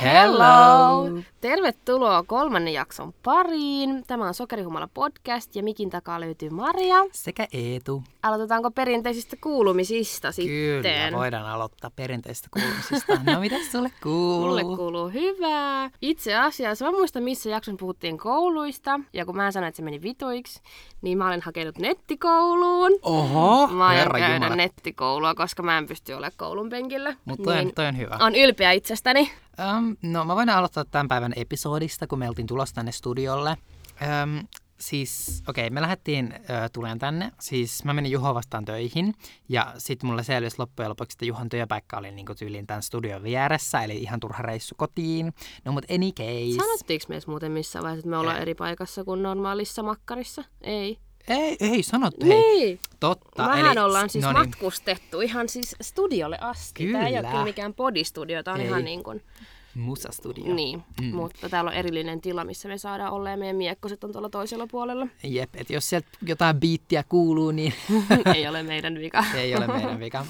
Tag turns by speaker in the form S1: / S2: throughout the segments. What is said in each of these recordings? S1: Hello! Tervetuloa kolmannen jakson pariin. Tämä on Sokerihumala podcast ja mikin takaa löytyy Maria.
S2: Sekä Eetu.
S1: Aloitetaanko perinteisistä kuulumisista sitten?
S2: Kyllä, voidaan aloittaa perinteistä kuulumisista. No mitä sulle kuuluu?
S1: Mulle kuuluu hyvää. Itse asiassa mä muistan, missä jakson puhuttiin kouluista. Ja kun mä sanoin, että se meni vituiksi, niin mä olen hakenut nettikouluun.
S2: Oho,
S1: Mä aion
S2: herra
S1: käydä
S2: jumala.
S1: nettikoulua, koska mä en pysty olemaan koulun penkillä. Niin
S2: Mutta toi, on- toi on hyvä.
S1: on ylpeä itsestäni.
S2: Öm, no mä voin aloittaa tämän päivän episodista, kun me oltiin tulossa tänne studiolle. Öm, siis, okei, okay, me lähdettiin ö, tuleen tänne. Siis mä menin Juho vastaan töihin ja sitten mulle selvisi loppujen lopuksi, että Juhon työpaikka oli niinku tyyliin tämän studion vieressä, eli ihan turha reissu kotiin. No mut any case.
S1: Sanottiinko me edes muuten missään vaiheessa, että me ollaan
S2: Ei.
S1: eri paikassa kuin normaalissa makkarissa? Ei.
S2: Ei, ei sanottu, hei.
S1: Niin.
S2: Totta.
S1: Vähän ollaan siis
S2: no niin.
S1: matkustettu ihan siis studiolle asti. Tämä ei ole
S2: Kyllä.
S1: kyllä mikään podistudio, tämä on
S2: Ei.
S1: ihan niin kuin,
S2: Musastudio.
S1: niin. Mm. Mutta täällä on erillinen tila, missä me saadaan olla ja meidän miekkoset on tuolla toisella puolella.
S2: Jep, että jos sieltä jotain biittiä kuuluu, niin
S1: ei ole meidän vika.
S2: ei ole meidän vika.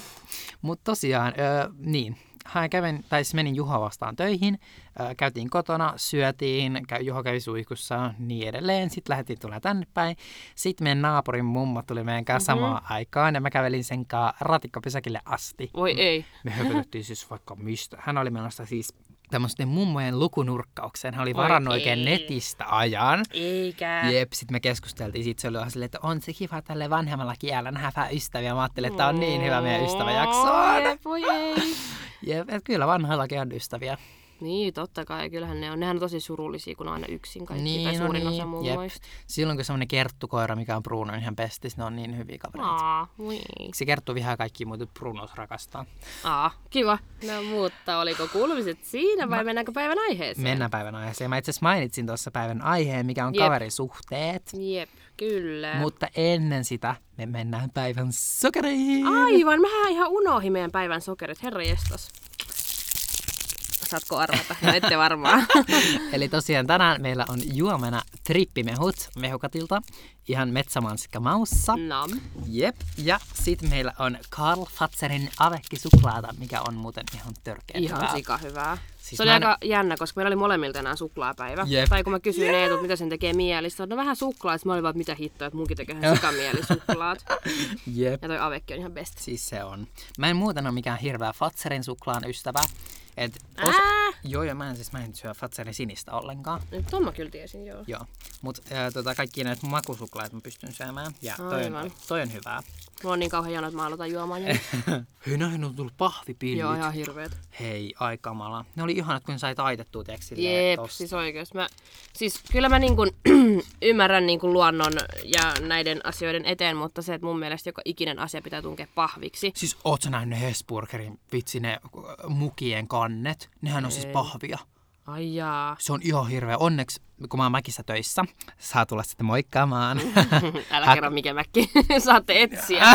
S2: Mutta tosiaan, öö, niin, hän kävin, tai siis menin Juho vastaan töihin, öö, käytiin kotona, syötiin, käy, Juho kävi suihkussa, niin edelleen. Sitten lähdettiin tulla tänne päin. Sitten meidän naapurin mummo tuli meidän kanssa mm-hmm. samaan aikaan, ja mä kävelin sen kanssa ratikkapesäkille asti.
S1: Voi ei.
S2: Me höpötettiin siis vaikka mistä. Hän oli menossa siis tämmöisten mummojen lukunurkkaukseen. Hän oli varannut oikein
S1: ei.
S2: netistä ajan.
S1: Eikä.
S2: Jep, sit me keskusteltiin, sit se oli vähän silleen, että on se kiva tälle vanhemmalla kielellä nähdä vähän ystäviä. Mä ajattelin, että tää on niin hyvä meidän ystäväjakso.
S1: Jep, voi ei.
S2: Jep, et kyllä vanhoillakin on ystäviä.
S1: niin, totta kai. Kyllähän ne on. Nehän on tosi surullisia, kun on aina yksin kaikki. Niin, tai suurin osa
S2: jep.
S1: mummoista.
S2: Silloin kun semmonen kerttukoira, mikä on Bruno, niin hän pestis, ne on niin hyviä kavereita.
S1: Aa, voi ei.
S2: Se kerttu vihaa kaikki muut, että Bruno rakastaa.
S1: Aa, kiva. No mutta oliko kuulumiset siinä vai mennäänkö päivän aiheeseen?
S2: Mennään päivän aiheeseen. Mä itse asiassa mainitsin tuossa päivän aiheen, mikä on
S1: Jep.
S2: kaverisuhteet.
S1: Jep, kyllä.
S2: Mutta ennen sitä me mennään päivän sokeriin.
S1: Aivan, mähän ihan unohin meidän päivän sokerit. Herra jestas. Saatko arvata? No ette varmaan.
S2: Eli tosiaan tänään meillä on juomana trippimehut mehukatilta, ihan metsämansikka maussa.
S1: Nam.
S2: Jep. Ja sitten meillä on Karl Fatserin avekki suklaata, mikä on muuten ihan törkeä.
S1: Ihan
S2: hyvää.
S1: sika hyvää.
S2: Siis
S1: Siis se oli
S2: mä en-
S1: aika jännä, koska meillä oli molemmilla tänään suklaapäivä.
S2: Jep.
S1: Tai kun mä kysyin yeah. Eetulta, mitä sen tekee mieli, sit sanoit, no vähän suklaa, sit mä olin vaan, että mitä hittoa, että munkin tekee ihan sikamieli suklaat.
S2: Jep.
S1: Ja toi avekki on ihan best.
S2: Siis se on. Mä en muuten ole mikään hirveä Fatserin suklaan ystävä. Et os...
S1: Ää,
S2: Joo, joo, mä en siis mä en syö Fatserin sinistä ollenkaan.
S1: nyt ton mä kyllä tiesin, joo.
S2: Joo, mutta tota, kaikki näitä makusuklaat mä pystyn syömään ja toi
S1: Aivan.
S2: on, toi on hyvää.
S1: Mulla on niin kauhean jano, että mä aloitan juomaan. jo.
S2: Hei, näihin on tullut pahvipillit.
S1: joo, ihan hirveet.
S2: Hei, ai kamala. Ne oli ihanat, kun sait taitettua, tiedätkö, silleen
S1: Jep,
S2: tosta.
S1: siis oikeasti. Mä, siis kyllä mä niin kuin, ymmärrän niin kuin luonnon ja näiden asioiden eteen, mutta se, että mun mielestä joka ikinen asia pitää tunkea pahviksi.
S2: Siis oot sä nähnyt Hesburgerin vitsi ne äh, mukien kannet? Nehän on siis pahvia.
S1: Ai jaa.
S2: Se on ihan hirveä. Onneksi, kun mä oon mäkissä töissä, saa tulla sitten moikkaamaan.
S1: Älä kerro mikä mäkki. Saatte etsiä.
S2: Äh,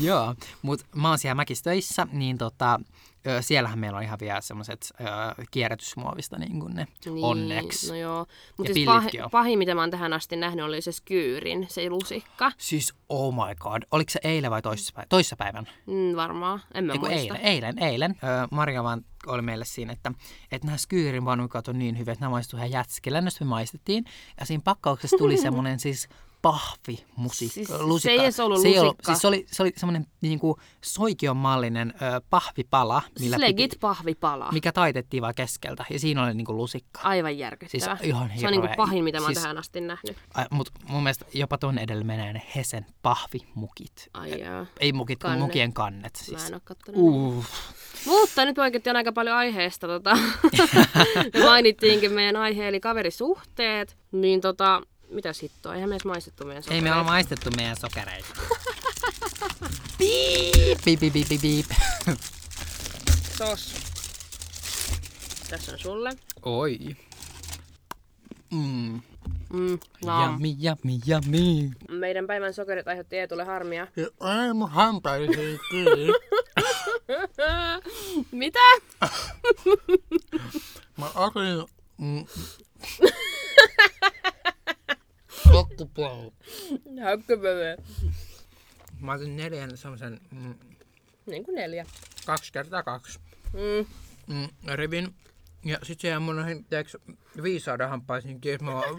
S2: Joo, mutta mä oon siellä mäkissä töissä, niin tota, ö, siellähän meillä on ihan vielä semmoset ö, kierrätysmuovista niin kuin ne, niin, onneksi.
S1: No
S2: No
S1: joo.
S2: Ja
S1: Mutta siis
S2: pillitkin
S1: pah-
S2: on.
S1: pahin, mitä mä oon tähän asti nähnyt, oli se skyyrin, se lusikka.
S2: Siis oh my god, oliko se eilen vai toissapäivän? Toissapäivän?
S1: Mm, varmaan. En mä
S2: Eiku,
S1: muista.
S2: eilen, eilen, eilen. Öö, Marja vaan oli meille siinä, että, että nämä skyyrin vanukat on niin hyvät, että nämä maistuu ihan jätskillä. No sit me maistettiin ja siinä pakkauksessa tuli semmoinen siis pahvi musi,
S1: Siis
S2: ö,
S1: se
S2: lusikka.
S1: ei edes ollut
S2: ei
S1: lusikka.
S2: siis se oli, se oli semmoinen niinku soikion mallinen ö, pahvipala, millä
S1: Siis legit pahvipala.
S2: mikä taitettiin vaan keskeltä ja siinä oli niinku lusikka.
S1: Aivan järkyttävä.
S2: Siis ihan
S1: se on niinku
S2: hirveä.
S1: pahin, mitä mä oon
S2: Siis-
S1: tähän asti nähnyt.
S2: Ai, mut mun mielestä jopa tuon edellä menee ne Hesen pahvimukit.
S1: Ai jaa.
S2: Ei mukit, kannet.
S1: Kannet.
S2: mukien kannet siis.
S1: Mä en oo kattonut.
S2: Uh,
S1: Mutta nyt poikettiin aika paljon aiheesta. Tota. Me mainittiinkin meidän aihe, eli kaverisuhteet. Niin tota, mitä hittoa? Eihän me edes maistettu
S2: ei
S1: meidän sokereita.
S2: me olla maistettu meidän sokereita. Piip, piip, piip, piip, piip, piip.
S1: Sos. Tässä on sulle.
S2: Oi. Mm.
S1: Mm, no.
S2: Jami, jami, jami.
S1: Meidän päivän sokerit aiheutti Eetulle harmia.
S2: Ei mun hampaisiin kiinni.
S1: Mitä?
S2: Mä otin... Mm. Loppupuolella.
S1: Hökkövöö.
S2: Mä otin neljän semmosen mm,
S1: Niin kuin neljä.
S2: kaksi kertaa kaksi.
S1: Mm.
S2: mm, revin. Ja sit se jäi mun noihin, tiedätkö, viisauden hampaisiin kiinni. Mä vaan,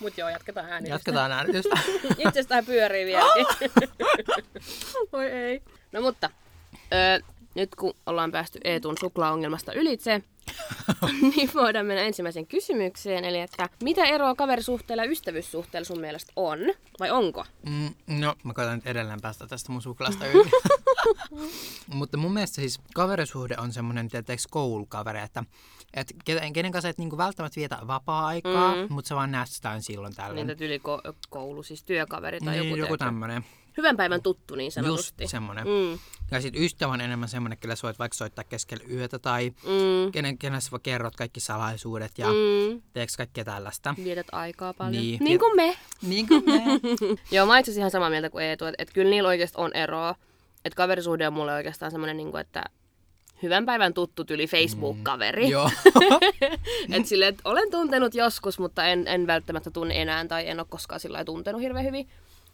S1: Mut joo, jatketaan äänitystä.
S2: jatketaan äänitystä.
S1: Itsestään pyörii vieläkin. Voi ei. Oh! No mutta, öö, nyt kun ollaan päästy Eetun suklaaongelmasta ylitse, niin voidaan mennä ensimmäiseen kysymykseen. Eli että mitä eroa kaverisuhteella ja ystävyyssuhteella sun mielestä on? Vai onko?
S2: Mm, no, mä koitan nyt edelleen päästä tästä mun suklaasta yli. Mutta mun mielestä siis kaverisuhde on semmoinen, tietysti koulukavere, että et kenen, kenen kanssa et niinku välttämättä vietä vapaa-aikaa, mm. mutta sä vaan näet sitä aina silloin tällöin.
S1: Niitä yli ko- koulu, siis työkaveri Niin, tai
S2: niin,
S1: joku,
S2: joku
S1: tiedätkö?
S2: tämmönen.
S1: Hyvän päivän tuttu niin
S2: Just
S1: sanotusti.
S2: semmonen.
S1: Mm,
S2: Ja sit ystävä on enemmän semmonen, kelle sä voit vaikka soittaa keskellä yötä tai
S1: mm,
S2: kenen, kenen sä vaan kerrot kaikki salaisuudet ja mm.
S1: mm.
S2: teeks kaikkea tällaista.
S1: Vietät aikaa paljon.
S2: Niin.
S1: niin kuin me.
S2: Niin kuin me.
S1: Joo, mä itse asiassa ihan samaa mieltä kuin Eetu, että, että kyllä niillä oikeasti on eroa. Että kaverisuhde on mulle oikeastaan semmoinen, niin että hyvän päivän tuttu tyli Facebook-kaveri. Mm,
S2: Joo.
S1: että sille, että olen tuntenut joskus, mutta en, en välttämättä tunne enää tai en ole koskaan sillä lailla tuntenut hirveän hyvin.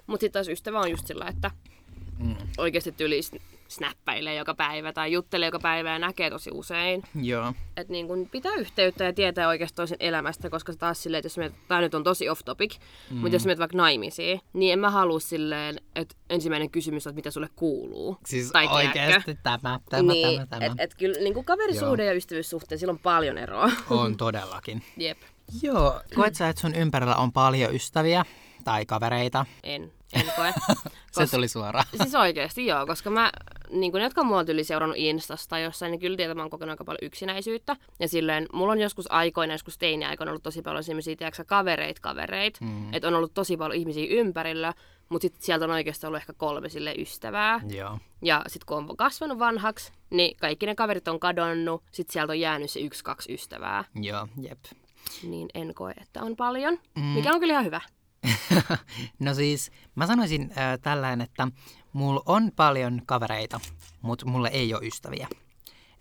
S1: Mutta sitten taas ystävä on just sillä, lailla, että
S2: Mm.
S1: oikeasti tyli sn- snappailee joka päivä tai juttelee joka päivä ja näkee tosi usein.
S2: Joo.
S1: Että niin kun pitää yhteyttä ja tietää oikeasti toisen elämästä, koska se taas silleen, että jos me, tämä nyt on tosi off topic, mm. mutta jos menet vaikka naimisiin, niin en mä halua silleen, että ensimmäinen kysymys on, että mitä sulle kuuluu.
S2: Siis
S1: Tai tiedätkö?
S2: oikeesti tämä, tämä,
S1: niin,
S2: tämä, tämä.
S1: Et, et kyllä niin kuin kaverisuhde ja ystävyyssuhteen, sillä on paljon eroa.
S2: On todellakin.
S1: Jep,
S2: Joo, koet sä, että sun ympärillä on paljon ystäviä tai kavereita?
S1: en, en koe.
S2: Se tuli suoraan.
S1: siis oikeasti joo, koska mä, niin kuin ne, jotka on mua tyli seurannut Instasta tai jossain, niin kyllä tietää, mä oon kokenut aika paljon yksinäisyytää. Ja silleen, mulla on joskus aikoina, joskus teini-aikoina ollut tosi paljon sellaisia, tiedätkö kavereit, kavereit. Mm. Että on ollut tosi paljon ihmisiä ympärillä, mutta sitten sieltä on oikeasti ollut ehkä kolme sille ystävää.
S2: Joo.
S1: Ja sitten kun on kasvanut vanhaksi, niin kaikki ne kaverit on kadonnut, sitten sieltä on jäänyt se yksi, kaksi ystävää.
S2: Joo, jep.
S1: Niin en koe, että on paljon, mm. mikä on kyllä ihan hyvä.
S2: no siis, mä sanoisin äh, tällään, että mulla on paljon kavereita, mutta mulla ei ole ystäviä.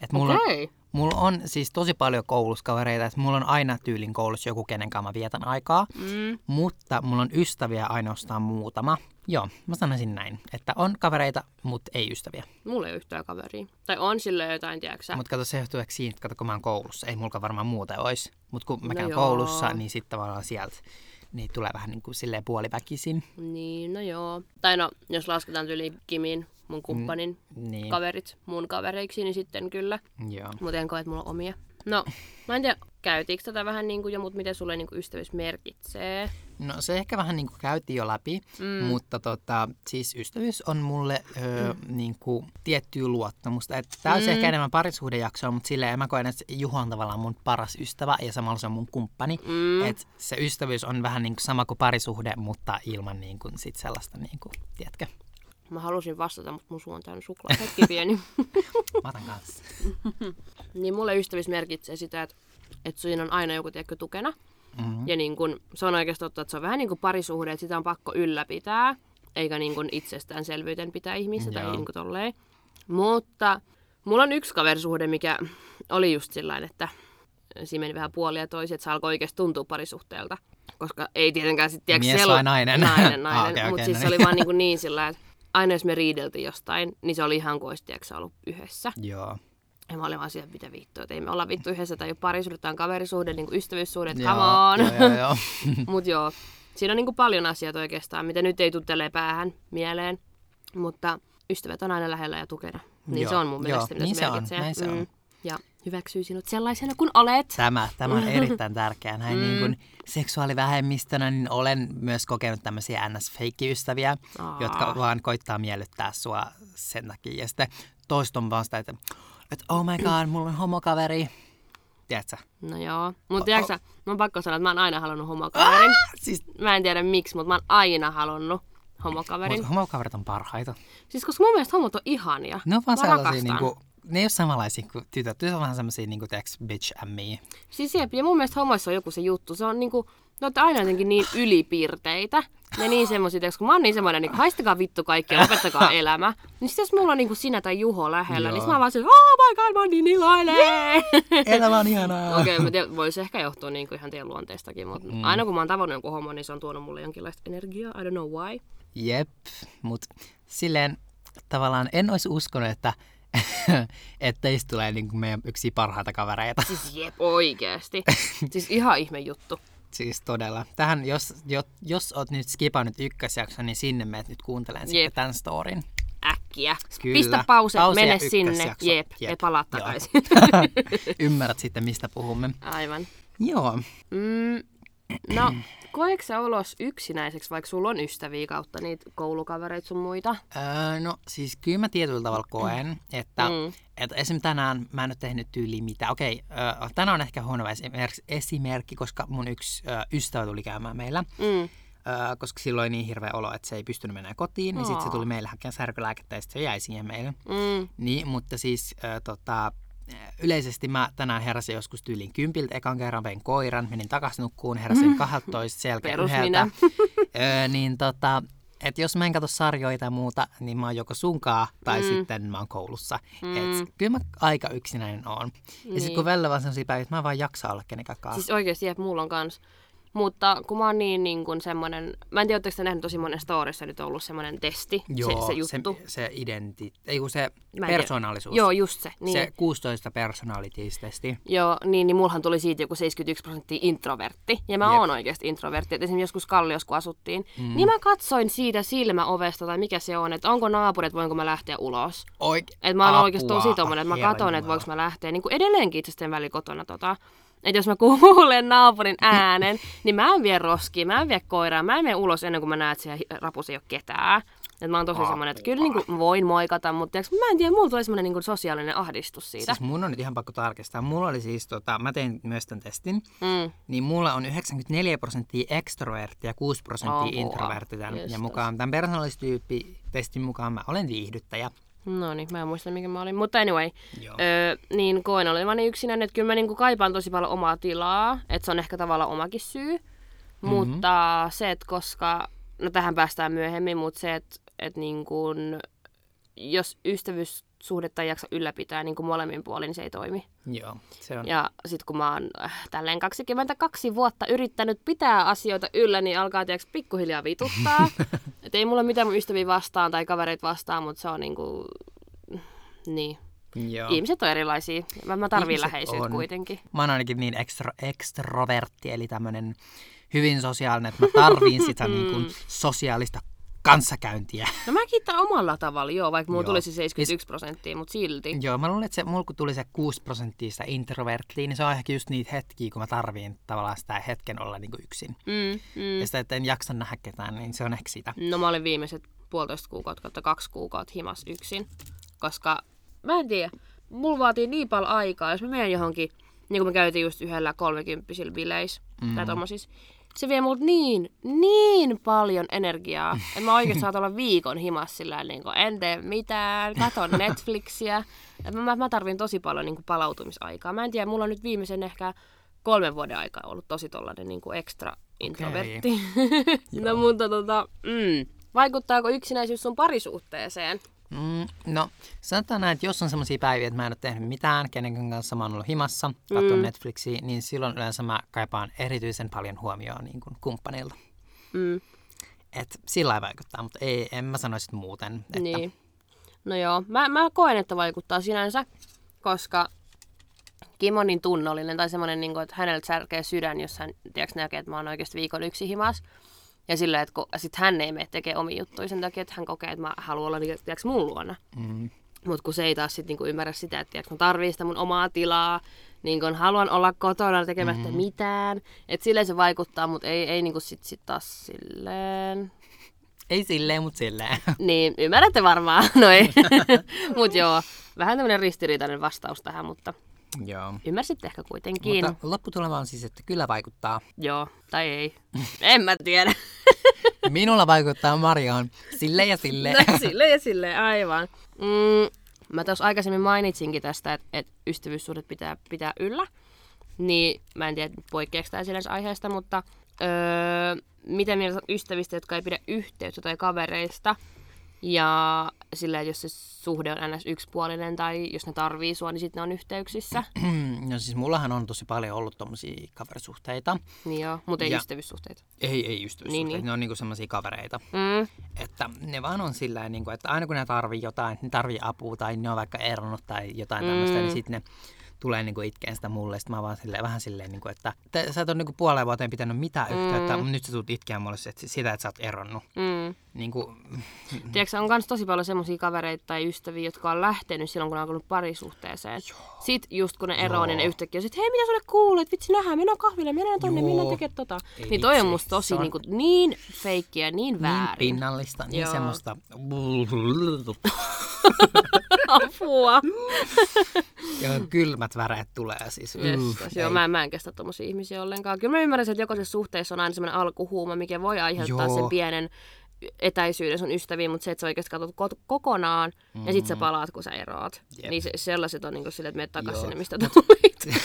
S2: Et mulla, on-
S1: Okei.
S2: mulla on siis tosi paljon kouluskavereita, että mulla on aina tyylin koulussa joku, kenen kanssa mä vietän aikaa.
S1: Mm.
S2: Mutta mulla on ystäviä ainoastaan muutama. Joo, mä sanoisin näin, että on kavereita, mutta ei ystäviä.
S1: Mulla ei ole yhtään kaveria. Tai on sille jotain, tiedätkö
S2: Mutta kato, se johtuu ehkä siitä, että kato, kun mä oon koulussa. Ei mulka varmaan muuta olisi. Mutta kun mä
S1: No
S2: käyn no
S1: joo.
S2: koulussa, niin sitten tavallaan sieltä niin tulee vähän niin kuin silleen puoliväkisin.
S1: Niin, no joo. Tai no, jos lasketaan yli Kimin, mun kumppanin mm,
S2: Niin,
S1: kaverit mun kavereiksi, niin sitten kyllä.
S2: joo.
S1: Mutta en koe, että mulla on omia. No, mä en tiedä, käytiinkö tätä vähän niin kuin jo, mutta miten sulle niin kuin ystävyys merkitsee?
S2: No se ehkä vähän niin kuin käytiin jo läpi, mm. mutta tota, siis ystävyys on mulle ö, mm. niin kuin tiettyä luottamusta. Tämä olisi mm. ehkä enemmän parisuhdejaksoa, mutta silleen mä koen, että Juho on tavallaan mun paras ystävä ja samalla se on mun kumppani.
S1: Mm.
S2: Et se ystävyys on vähän niin kuin sama kuin parisuhde, mutta ilman niin kuin sit sellaista, niin kuin, tiedätkö,
S1: Mä halusin vastata, mutta mun suu on täynnä suklaa. Hetki pieni.
S2: mä otan kanssa.
S1: niin mulle ystävyys merkitsee sitä, että, että siinä on aina joku tiedätkö tukena.
S2: Mm.
S1: Ja niin kun, se on oikeasti totta, että se on vähän niin kuin parisuhde, että sitä on pakko ylläpitää, eikä niin kuin itsestäänselvyyteen pitää ihmistä tai
S2: Joo.
S1: niin kuin tolleen. Mutta mulla on yksi kaverisuhde, mikä oli just sillä että siinä meni vähän puolia toiset, että se alkoi oikeasti tuntua parisuhteelta. Koska ei tietenkään sitten tiedä
S2: Mies vai nainen?
S1: Nainen,
S2: Ah, okei,
S1: nainen.
S2: okei,
S1: Mutta
S2: no
S1: siis se
S2: niin.
S1: oli vaan niin, kuin niin sillä että aina jos me riideltiin jostain, niin se oli ihan kuin olisi tiedätkö, ollut yhdessä.
S2: Joo.
S1: Ja mä olin vaan siellä, mitä vittua, että ei me olla vittu yhdessä, tai ei ole parisuhde, tai on kaverisuhde, niin kuin ystävyyssuhde, että come on.
S2: Joo, joo, joo.
S1: Mut joo, siinä on niinku paljon asioita oikeastaan, mitä nyt ei tuttelee päähän mieleen, mutta ystävät on aina lähellä ja tukena. Niin
S2: Joo,
S1: se on mun
S2: joo,
S1: mielestä, mitä
S2: niin se on,
S1: merkitsee. Mm.
S2: näin se on.
S1: Ja hyväksyy sinut sellaisena kuin olet.
S2: Tämä, tämä on erittäin tärkeää. Näin niin kuin seksuaalivähemmistönä niin olen myös kokenut tämmöisiä ns-feikkiystäviä,
S1: Aa.
S2: jotka vaan koittaa miellyttää sua sen takia. Ja sitten toista on vaan sitä, että, että oh my god, mulla on homokaveri. Tiedätkö?
S1: No joo. Mutta tiedätkö, sä, mun on pakko sanoa, että mä oon aina halunnut homokaverin.
S2: Siis,
S1: Mä en tiedä miksi, mutta mä oon aina halunnut homokaverin.
S2: mutta homokaverit on parhaita.
S1: Siis koska mun mielestä homot on ihania.
S2: Ne on vaan
S1: Mä
S2: sellaisia,
S1: rakastan.
S2: niin kuin, ne ei ole samanlaisia kuin tytöt. Tytöt on vähän semmoisia, niin kuin, tiedätkö, bitch and me.
S1: Siis jep, ja mun mielestä homoissa on joku se juttu. Se on niinku, ne olette aina jotenkin niin ylipiirteitä. Ja niin semmoisia, tiiäks, kun mä oon niin semmoinen, niin haistakaa vittu kaikki ja lopettakaa elämä. Niin sit jos mulla on niinku sinä tai Juho lähellä,
S2: Joo.
S1: Joo. niin sit mä oon vaan sille, oh my god, mä oon niin iloinen.
S2: Elämä on ihanaa.
S1: Okei, okay, tiedän, voisi ehkä johtua niinku ihan teidän luonteestakin, mutta mm. aina kun mä oon tavannut jonkun homon, niin se on tuonut mulle jonkinlaista energiaa, I don't know why.
S2: Jep, mutta silleen tavallaan en olisi uskonut, että, että teistä tulee niin kuin meidän yksi parhaita kavereita.
S1: Siis jep, oikeesti. siis ihan ihme juttu.
S2: Siis todella. Tähän, jos, jo, jos oot nyt skipannut ykkösjakson, niin sinne meet nyt kuuntelemaan sitten
S1: Jep.
S2: tämän storin.
S1: Äkkiä.
S2: Kyllä.
S1: Pistä pause,
S2: Pause ja
S1: mene sinne.
S2: ykkösjakso.
S1: Jep,
S2: Jep.
S1: ja palaa
S2: Joo.
S1: takaisin.
S2: Ymmärrät sitten, mistä puhumme.
S1: Aivan.
S2: Joo.
S1: Mm, no, koetko sä olos yksinäiseksi, vaikka sulla on ystäviä kautta niitä koulukavereita sun muita?
S2: Öö, no siis kyllä mä tietyllä tavalla koen, että,
S1: Mm.
S2: mm. että esimerkiksi tänään mä en ole tehnyt tyyliä mitään. Okei, öö, tänään on ehkä huono esimerkki- esimerkki, koska mun yksi öö, ystävä tuli käymään meillä.
S1: Mm.
S2: Öö, koska silloin oli niin hirveä olo, että se ei pystynyt menemään kotiin, niin sitten se
S1: Aa.
S2: tuli meille hakemaan särkylääkettä ja sit se jäi siihen meille.
S1: Mm.
S2: Niin, mutta siis ö, tota, yleisesti mä tänään heräsin joskus tyyliin kympiltä ekan kerran, vein koiran, menin takaisin nukkuun, heräsin 12, sen jälkeen
S1: Mm. Perus
S2: yhdeltä.
S1: minä.
S2: Ö, niin tota, et jos mä en katso sarjoita ja muuta, niin mä oon joko sunkaa tai
S1: Mm.
S2: mm. sitten mä oon koulussa. Mm. Et, kyllä mä aika yksinäinen oon. Niin. Ja
S1: Niin.
S2: sitten kun välillä vaan sellaisia päiviä, että mä en vaan jaksa olla kenenkään kanssa.
S1: Siis oikeesti jep, mulla on kans. Mutta kun mä oon niin, niin kun semmonen, mä en tiedä, ootteko te nähnyt tosi monen storissa nyt ollut semmonen testi, se, se juttu.
S2: Se, se identi... Ei kun se
S1: Mä en tiedä.
S2: persoonallisuus.
S1: Joo, just se. Niin.
S2: niin. Se 16 personality-testi.
S1: Joo, niin, niin mullahan tuli siitä joku 71 prosenttia introvertti. Ja mä
S2: Jep.
S1: oon oikeasti introvertti. Et esimerkiksi joskus Kallios, kun asuttiin, mm. niin mä katsoin siitä silmäovesta tai mikä se on, että onko naapurit, voinko mä lähteä ulos.
S2: Oike-
S1: Et mä oon
S2: Apua,
S1: oikeasti tosi tommonen, että mä
S2: herra
S1: katson, että
S2: jumala.
S1: voiko mä lähteä. Niin kuin edelleenkin itse asiassa väli kotona tota, että jos mä kuulen naapurin äänen, niin mä en vie roskia, mä en vie koiraa, mä en mene ulos ennen kuin mä näen, että siellä hi- rapussa ei ole ketään. Et mä oon tosi semmonen, että kyllä niin kuin voin moikata, mutta tiiäks, mä en tiedä, mulla tulee semmonen niin kuin sosiaalinen ahdistus siitä.
S2: Siis mun on nyt ihan pakko tarkistaa. Mulla oli siis, tota, mä tein myös tämän testin,
S1: Mm.
S2: niin mulla on 94 prosenttia ekstrovertti ja 6
S1: Apua.
S2: prosenttia introvertti tämän,
S1: Just
S2: ja mukaan tämän persoonallisuustyyppi testin mukaan mä olen viihdyttäjä.
S1: No niin, mä en muista mikä mä olin. Mutta anyway,
S2: Joo.
S1: öö, niin koen olevani yksinäinen, että kyllä mä niinku kaipaan tosi paljon omaa tilaa, että se on ehkä tavallaan omakin syy. Mm-hmm. Mutta se, että koska, no tähän päästään myöhemmin, mutta se, että et niinku, jos ystävyyssuhdetta ei jaksa ylläpitää niin kuin molemmin puolin, niin se ei toimi.
S2: Joo, se on.
S1: Ja sitten kun mä oon äh, tälleen 22 vuotta yrittänyt pitää asioita yllä, niin alkaa tiiäks, pikkuhiljaa vituttaa. Et ei mulla mitään mun ystäviä vastaan tai kavereita vastaan, mutta se on niinku... Niin.
S2: Joo.
S1: Ihmiset on erilaisia. Mä, mä tarviin
S2: Ihmiset
S1: läheisyyttä
S2: on.
S1: kuitenkin.
S2: Mä oon ainakin niin ekstro, ekstrovertti, eli tämmönen hyvin sosiaalinen, että mä tarviin sitä niin kuin, sosiaalista kanssakäyntiä.
S1: No mäkin tää omalla tavalla, joo, vaikka mulla
S2: Joo. Niin.
S1: tuli se 71 prosenttia, mutta silti.
S2: Joo, mä luulen, että se, mulla kun tuli se 6 prosenttia sitä introverttia, niin se on ehkä just niitä hetkiä, kun mä tarviin tavallaan sitä hetken olla niin kuin yksin.
S1: Mm, mm.
S2: Ja sitä, että en jaksa nähdä ketään, niin se on ehkä sitä.
S1: No mä olin viimeiset puolitoista kuukautta kautta kaksi kuukautta himas yksin, koska mä en tiedä, mulla vaatii niin paljon aikaa, jos mä menen johonkin, niin kuin me käytiin just yhdellä kolmekymppisillä bileissä mm. tai tommosis, se vie multa niin, niin paljon energiaa, että mä oikeesti saat olla viikon himas sillä niin kuin, en tee mitään, katon Netflixiä. Et Mä, mä, mä tarvin tosi paljon niin kuin palautumisaikaa. Mä en tiedä, mulla on nyt viimeisen ehkä kolmen vuoden aikaa ollut tosi tollanen niin kuin ekstra introvertti. no mutta tota, mm, vaikuttaako yksinäisyys sun parisuhteeseen?
S2: Mm, no, sanotaan näin, että jos on sellaisia päiviä, että mä en ole tehnyt mitään, kenenkään kanssa mä oon ollut himassa, katsonut mm. Netflixiä, niin silloin yleensä mä kaipaan erityisen paljon huomioon niin kuin kumppanilta.
S1: Mm,
S2: Et sillä lailla vaikuttaa, mutta ei, en mä sanoisi että muuten. Että,
S1: niin. No joo, mä, mä koen, että vaikuttaa sinänsä, koska Kim on niin tunnollinen tai semmoinen, niin että häneltä särkee sydän, jos hän tiiäks, näkee, että mä oon oikeasti viikon yksi himas. Ja sillä, että kun, sit hän ei mene tekemään omia juttuja sen takia, että hän kokee, että mä haluan olla niinku, tiiäks, mun luona.
S2: Mm,
S1: Mutta kun se ei taas sit niinku ymmärrä sitä, että tiiäks, mä tarviin sitä mun omaa tilaa, niin kun haluan olla kotona tekemättä mm. mitään. Että silleen se vaikuttaa, mutta ei, ei niinku sit, sit taas silleen.
S2: ei silleen, mutta silleen.
S1: Niin, ymmärrätte varmaan. No ei. Mut joo, vähän tämmönen ristiriitainen vastaus tähän, mutta
S2: Joo.
S1: ymmärsitte ehkä kuitenkin.
S2: Mutta lopputulema on siis, että kyllä vaikuttaa.
S1: Joo, tai ei. En mä tiedä.
S2: Minulla vaikuttaa Marjoon sille ja sille.
S1: No, silleen ja silleen, aivan. Mm, mä tuossa aikaisemmin mainitsinkin tästä, että et ystävyyssuhdet pitää pitää yllä. Niin mä en tiedä poikkeaks tää sinänsä aiheesta, mutta öö, mitä mieltä sä oot ystävistä, jotka ei pidä yhteyttä tai kavereista, Ja sillä jos se suhde on ns. yksipuolinen tai jos ne tarvii sua, niin sitten ne on yhteyksissä.
S2: No siis mullahan on tosi paljon ollut tommosia kaverisuhteita.
S1: Niin joo, mutta ei
S2: Ja-
S1: ystävyyssuhteita.
S2: Ei, ei ystävyyssuhteita,
S1: Niin,
S2: niin,
S1: niin.
S2: niin. ne on niinku semmoisia kavereita.
S1: Mm.
S2: Että ne vaan on sillä tavalla, niinku, että aina kun ne tarvii jotain, ne tarvii apua tai ne on vaikka eronnut tai jotain tämmöistä,
S1: Mm.
S2: niin sitten ne tulee niinku itkeen sitä mulle. Sitten mä vaan silleen, vähän silleen, niinku, että te, sä et ole niinku puoleen vuoteen pitänyt mitään yhteyttä, mutta nyt sä tulet itkeä mulle se- että sitä, että sä oot eronnut.
S1: Mm.
S2: Niinku,
S1: Tiedätkö, on myös tosi paljon semmoisia kavereita tai ystäviä, jotka on lähtenyt silloin, kun ne on alkanut parisuhteeseen. Sitten just kun ne eroaa, niin ne
S2: Joo.
S1: yhtäkkiä sit, hei, mitä sulle kuuluu, Et vitsi, nähdään, mennään kahville, mennään tonne,
S2: Joo.
S1: mennään tekemään tota.
S2: Ei
S1: niin toi on
S2: vitsi,
S1: musta tosi
S2: se on-
S1: niin, kuin, niin feikkiä, ja niin
S2: niin
S1: väärin.
S2: pinnallista, niin
S1: Joo.
S2: semmoista.
S1: Apua.
S2: Mm. Ja kylmät väreet tulee siis.
S1: Jestas, joo,
S2: ei.
S1: mä, en- mä en kestä tommosia ihmisiä ollenkaan. Kyllä mä ymmärrän, että jokaisessa suhteessa on aina semmoinen alkuhuuma, mikä voi aiheuttaa
S2: Joo.
S1: sen pienen etäisyyden sun ystäviin, mutta se, että sä oikeasti katsot kot- kokonaan ja sit sä palaat, kun sä eroat.
S2: Mm. Jep.
S1: Niin se, sellaiset on niinku silleen, että menet takaisin
S2: Joo.
S1: sinne, mistä tulit.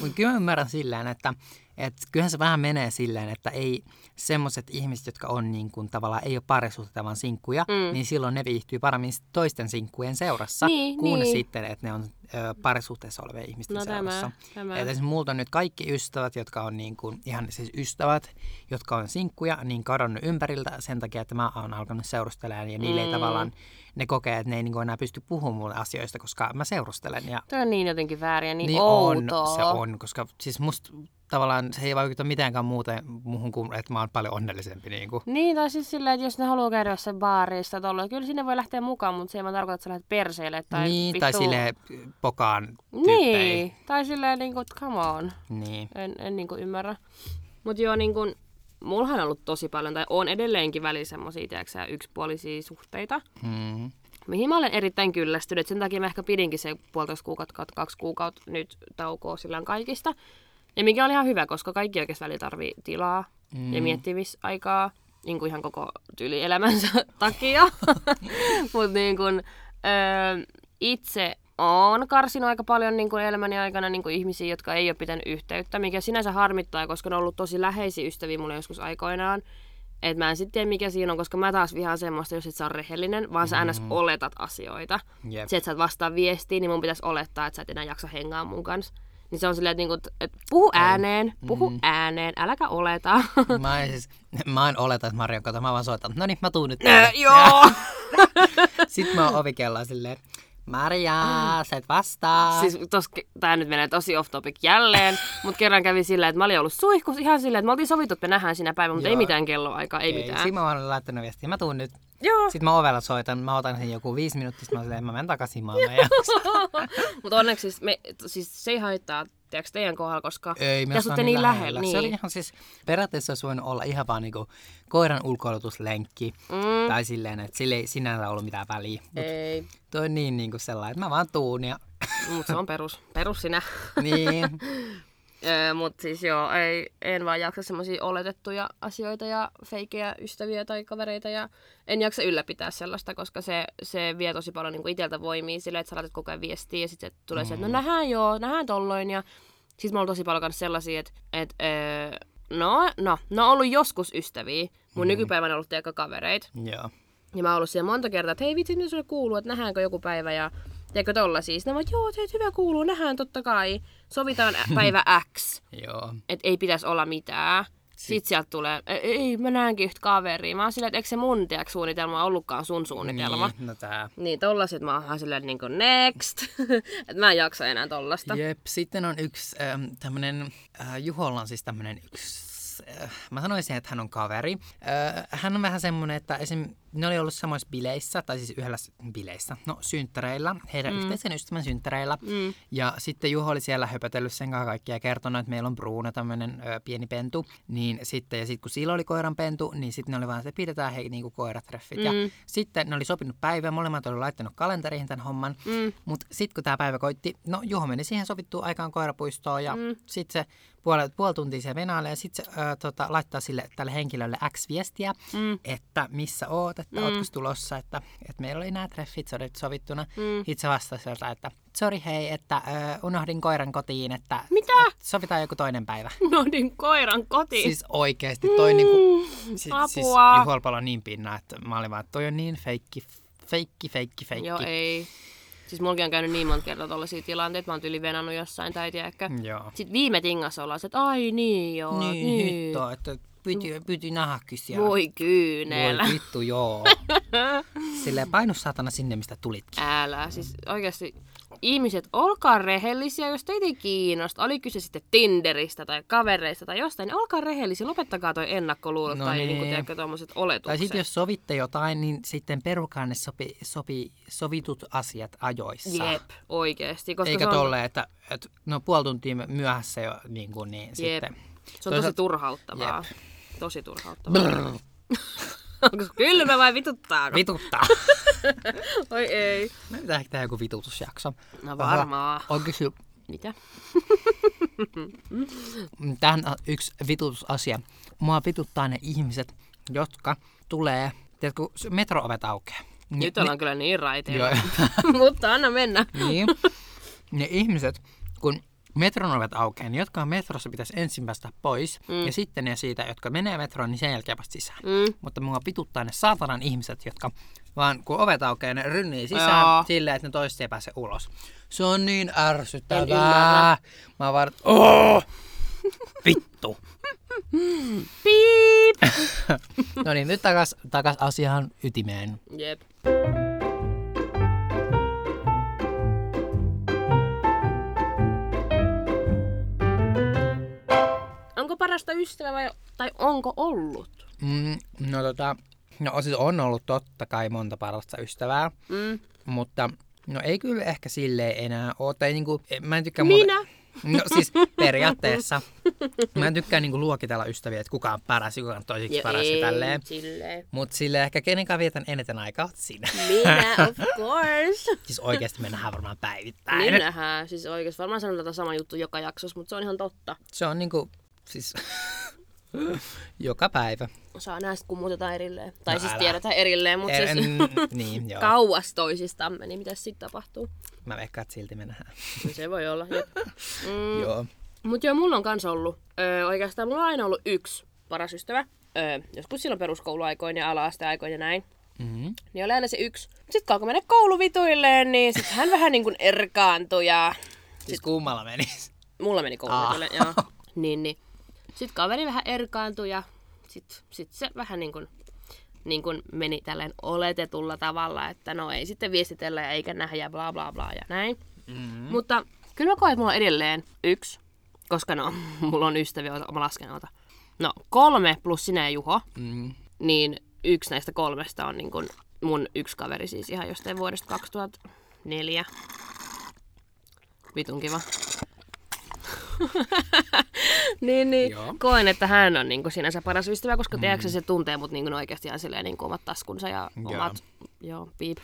S2: Mutta kyllä mä ymmärrän silleen, että et kyllähän se vähän menee silleen, että ei semmoiset ihmiset, jotka on niin kuin, tavallaan ei ole parisuhteita, vaan sinkkuja, mm. niin silloin ne viihtyy paremmin sit toisten sinkkujen seurassa,
S1: Niin,
S2: kuin
S1: niin.
S2: sitten, että ne on ö, parisuhteessa olevia ihmisten
S1: No tämä,
S2: seurassa.
S1: tämä.
S2: Et esimerkiksi multa on nyt kaikki ystävät, jotka on niin kuin, ihan siis ystävät, jotka on sinkkuja, niin kadonnut ympäriltä sen takia, että mä oon alkanut seurustelemaan ja niille mm. ei tavallaan, ne kokee, että ne ei niin kuin enää pysty puhumaan mulle asioista, koska mä seurustelen ja
S1: Tämä on niin jotenkin väärin ja niin,
S2: niin
S1: outoa.
S2: on, se on, koska siis musta tavallaan se ei vaikuta mitenkään muuten muuhun kuin, että mä oon paljon onnellisempi. Niin kuin.
S1: Niin, tai siis silleen, että jos ne haluaa käydä jossain baarissa tuolla, kyllä sinne voi lähteä mukaan, mutta se ei vaan tarkoita, että sä lähdet perseille tai
S2: niin, tai
S1: vittuun.
S2: sille pokaan tyyppeihin.
S1: Niin, tai silleen niin kuin, come on.
S2: Niin.
S1: En, en niin ymmärrä. Mutta joo, niin kuin, mullahan on ollut tosi paljon, tai on edelleenkin välillä semmoisia, tiedätkö sä, yksipuolisia suhteita,
S2: Mm.
S1: mihin mä olen erittäin kyllästynyt. Sen takia mä ehkä pidinkin se puolitoista kuukautta, kautta kaksi kuukautta nyt taukoa sillään kaikista. Ja mikä oli ihan hyvä, koska kaikki oikeasti välillä tarvii tilaa mm. ja miettimisaikaa niin kuin ihan koko tyylielämänsä takia. Mutta niin kuin, öö, itse on karsinut aika paljon niin kuin elämäni aikana niin kuin ihmisiä, jotka ei ole pitänyt yhteyttä, mikä sinänsä harmittaa, koska ne on ollut tosi läheisiä ystäviä mulle joskus aikoinaan. Et mä en sitten tiedä, mikä siinä on, koska mä taas vihaan semmoista, jos et sä ole rehellinen, vaan sä aina oletat asioita.
S2: Mm. Jep.
S1: Se, että sä et vastaa viestiin, niin mun pitäisi olettaa, että sä et enää jaksa hengaa mun kanssa. Niin se on silleen, että niinku, et- et puhu ääneen, puhu mm. ääneen, äläkä oleta.
S2: Mä, en siis, mä en oleta, että Mario kato, mä vaan soitan. No niin, mä tuun nyt.
S1: Ö,
S2: tänne."
S1: Joo!
S2: Sitten mä oon ovikellaan silleen, Maria, sä et vastaa.
S1: Ah. Siis tos, tää nyt menee tosi off topic jälleen, mutta kerran kävi sillä, että mä olin ollut suihkus ihan silleen, että me oltiin sovittu, että me nähdään sinä päivänä, mutta ei
S2: Joo.
S1: mitään kelloaikaa, ei, ei mitään.
S2: Sitten mä oon laittanut viestiä, mä tuun nyt.
S1: Joo,
S2: Sitten mä ovella soitan, mä otan sen joku viisi minuuttia, sitten mä oon silleen, mä menen takaisin, mä oon meidän.
S1: mutta onneksi siis, me, siis se ei haittaa, tiedätkö, teidän kohdalla, koska
S2: Ei, me
S1: tässä olette niin lähellä.
S2: Niin. Se oli ihan siis, periaatteessa olisi voinut olla ihan vaan niinku koiran ulkoilutuslenkki. Mm. Tai silleen, että sillä ei sinänsä ollut mitään väliä. Mut
S1: Ei,
S2: toi on niin niinku sellainen, että mä vaan tuun ja
S1: mutta se on perus, perus sinä.
S2: niin.
S1: Mutta siis joo, ei, en vaan jaksa semmoisia oletettuja asioita ja feikejä ystäviä tai kavereita ja en jaksa ylläpitää sellaista, koska se, se vie tosi paljon niin itseltä voimia sillä, että sä laitat koko ajan viestiä ja sitten tulee mm. se, että no nähdään joo, nähdään tolloin ja siis mulla on tosi paljon myös sellaisia, että et, öö, no, no, no on ollut joskus ystäviä, mun mm. nykypäivänä on ollut ehkä kavereita
S2: Joo.
S1: ja mä oon ollut siellä monta kertaa, että hei vitsi, mitä sulle kuuluu, että nähdäänkö joku päivä ja tiedätkö siis. tollasia. Sitten mä oon, joo, teet hyvä kuuluu, nähdään totta kai. Sovitaan ä- päivä X
S2: Joo.
S1: että ei pitäisi olla mitään. Sitten sieltä tulee, "Ei, ei, mä näenkin yhtä kaveria. Mä oon silleen, että eikö se mun tiedäks, suunnitelma ollutkaan sun suunnitelma. Niin.
S2: Niin, no tää.
S1: Niin tollaset mä oon ihan silleen niin kuin next. että mä en jaksa enää tollasta.
S2: Jep, sitten on yksi ähm, tämmönen, äh, Juholla on siis tämmönen yksi, äh, mä sanoisin, että hän on kaveri. Äh, hän on vähän semmonen, että esim, ne oli ollut samoissa bileissä, tai siis yhdellä s- bileissä, no synttäreillä, heidän mm. yhteisen ystävän synttäreillä. Mm. Ja sitten Juho oli siellä höpötellyt sen kanssa kaikkia ja kertonut, että meillä on Bruno tämmönen ö, pieni pentu. Niin sitten, ja sitten kun sillä oli koiran pentu, niin sitten ne oli vaan, että pidetään hei niinku koiratreffit. Mm. Ja sitten ne oli sopinut päivää, molemmat oli laittanut kalenteriin tämän homman. Mm. Mutta sitten kun tämä päivä koitti, no Juho meni siihen sovittuun aikaan koirapuistoon ja mm. sitten se puoli, puoli tuntia se venailee ja sitten se ö, tota, laittaa sille tälle henkilölle X-viestiä, mm. että missä oot, että mm. ootko tulossa, että, että meillä oli nämä treffit sovit- sovittuna. Mm. Itse vastasi sieltä, että sori hei, että ö, unohdin koiran kotiin, että
S1: Mitä?
S2: että sovitaan joku toinen päivä.
S1: Unohdin koiran kotiin.
S2: Siis oikeesti, toi mm. niinku, si- siis
S1: apua.
S2: Juholpalo on niin pinna, että mä olin vaan, että toi on niin feikki, feikki, feikki, feikki.
S1: Joo, ei. Siis mulki on käynyt niin monta kertaa tollaisia tilanteita, mä oon tyyli venannut jossain tai tiedäkö.
S2: Joo.
S1: Sitten viime tingassa ollaan se, että ai niin joo,
S2: Niin,
S1: niin,
S2: niin. hitto, että piti, piti nähdäkin siellä.
S1: voi kyynelä.
S2: Voi vittu, joo. Silleen painu saatana sinne, mistä tulitkin.
S1: Älä, siis oikeasti ihmiset, olkaa rehellisiä, jos teitä ei kiinnosta. Oli kyse sitten Tinderistä tai kavereista tai jostain, niin olkaa rehellisiä. Lopettakaa toi ennakkoluulot
S2: No
S1: no tai niin. niinku,
S2: niin.
S1: tiedätkö, tommoset
S2: Tai
S1: oletukset.
S2: sitten jos sovitte jotain, niin sitten perukaa ne sopi, sopi, sovitut asiat ajoissa.
S1: Jep, oikeesti. Koska
S2: Eikä
S1: se on,
S2: tolleen, että, että no puoli tuntia myöhässä jo, niin, kuin, niin
S1: Jep.
S2: sitten.
S1: Se on tosi
S2: Toisaalta-
S1: turhauttavaa. Tosi turhauttavaa. Onko se kylmä vai vituttaako?
S2: Vituttaa.
S1: Oi ei.
S2: Me pitää ehkä tehdä joku vitutusjakso.
S1: No varmaan.
S2: Aha, On kysy,
S1: Mitä?
S2: tähän on yksi vitutusasia. Mua vituttaa ne ihmiset, jotka tulee, tiedätkö, kun metroovet aukeaa. Ni-
S1: Nyt ollaan kyllä niin raiteilla.
S2: Joo.
S1: Mutta anna mennä.
S2: Niin. Ne ihmiset, kun metron ovet aukeaa, niin jotka on metrossa pitäisi ensin päästä pois. Mm. Ja sitten ne siitä, jotka menee metroon, niin sen jälkeen vasta sisään.
S1: Mm.
S2: Mutta mua pituttaa ne saatanan ihmiset, jotka vaan kun ovet aukeaa, ne rynnii sisään
S1: Joo.
S2: silleen, että ne toiset ei pääse ulos. Se on niin ärsyttävää.
S1: ymmärrä.
S2: Mä vaan, oh! Vittu.
S1: Piip!
S2: no niin, nyt takas, takas asiaan ytimeen.
S1: Jep. Onko parasta ystävä vai, tai onko ollut?
S2: Mm, no tota, no siis on ollut totta kai monta parasta ystävää.
S1: Mm.
S2: Mutta no ei kyllä ehkä silleen enää oo. Tai niinku, en- mä en tykkää
S1: Minä?
S2: No siis periaatteessa. Mä en tykkää niinku luokitella ystäviä, että kuka on paras ja kuka on toiseksi paras ja tälleen.
S1: silleen.
S2: Mut sille ehkä kenen kanssa vietän eniten aikaa oot sinä.
S1: Minä, of course.
S2: siis oikeesti me nähdään varmaan päivittäin.
S1: Niin nähdään. Siis oikeesti varmaan sanon tätä sama juttu joka jaksossa, mutta se on ihan totta.
S2: Se on niinku, siis joka päivä.
S1: Saa nähdä, sit, kun muutetaan erilleen. Tai
S2: No
S1: no, siis
S2: älä.
S1: tiedetään erilleen, mutta
S2: En,
S1: siis
S2: niin joo.
S1: kauas toisistamme, niin mitä sitten tapahtuu?
S2: Mä veikkaan, että silti me nähdään.
S1: No, se voi olla, jep. Mm,
S2: Joo.
S1: Mutta joo, mulla on kanssa ollut, öö, oikeastaan mulla on aina ollut yksi paras ystävä. Öö, joskus silloin peruskouluaikoina ja ala-asteaikoina ja näin.
S2: Mm-hmm.
S1: Niin oli aina se yksi. Sitten kun alkoi mennä kouluvituilleen, niin sitten hän vähän niin kuin erkaantui ja
S2: Siis kummalla menis?
S1: mulla meni kouluvituille. Ah. Joo. Niin, niin. Sitten kaveri vähän erkaantui ja sitten sit se vähän niin kuin, niin kuin meni tälleen oletetulla tavalla, että no ei sitten viestitellä ja eikä nähdä ja bla bla bla ja näin.
S2: Mm-hmm.
S1: Mutta kyllä mä koen, että mulla on edelleen yksi, koska no, mulla on ystäviä, oota, mä lasken oota. No, kolme plus sinä ja Juho,
S2: Mm.
S1: niin yksi näistä kolmesta on niin kun mun yksi kaveri siis ihan jostain vuodesta 2004. Vitun kiva. niin, niin.
S2: Joo.
S1: Koen, että hän on niin kun sinänsä paras ystävä, koska mm. tiedätkö, se tuntee mut niin kun oikeasti ihan silleen niin kun omat taskunsa ja
S2: Joo.
S1: omat... Joo, piip.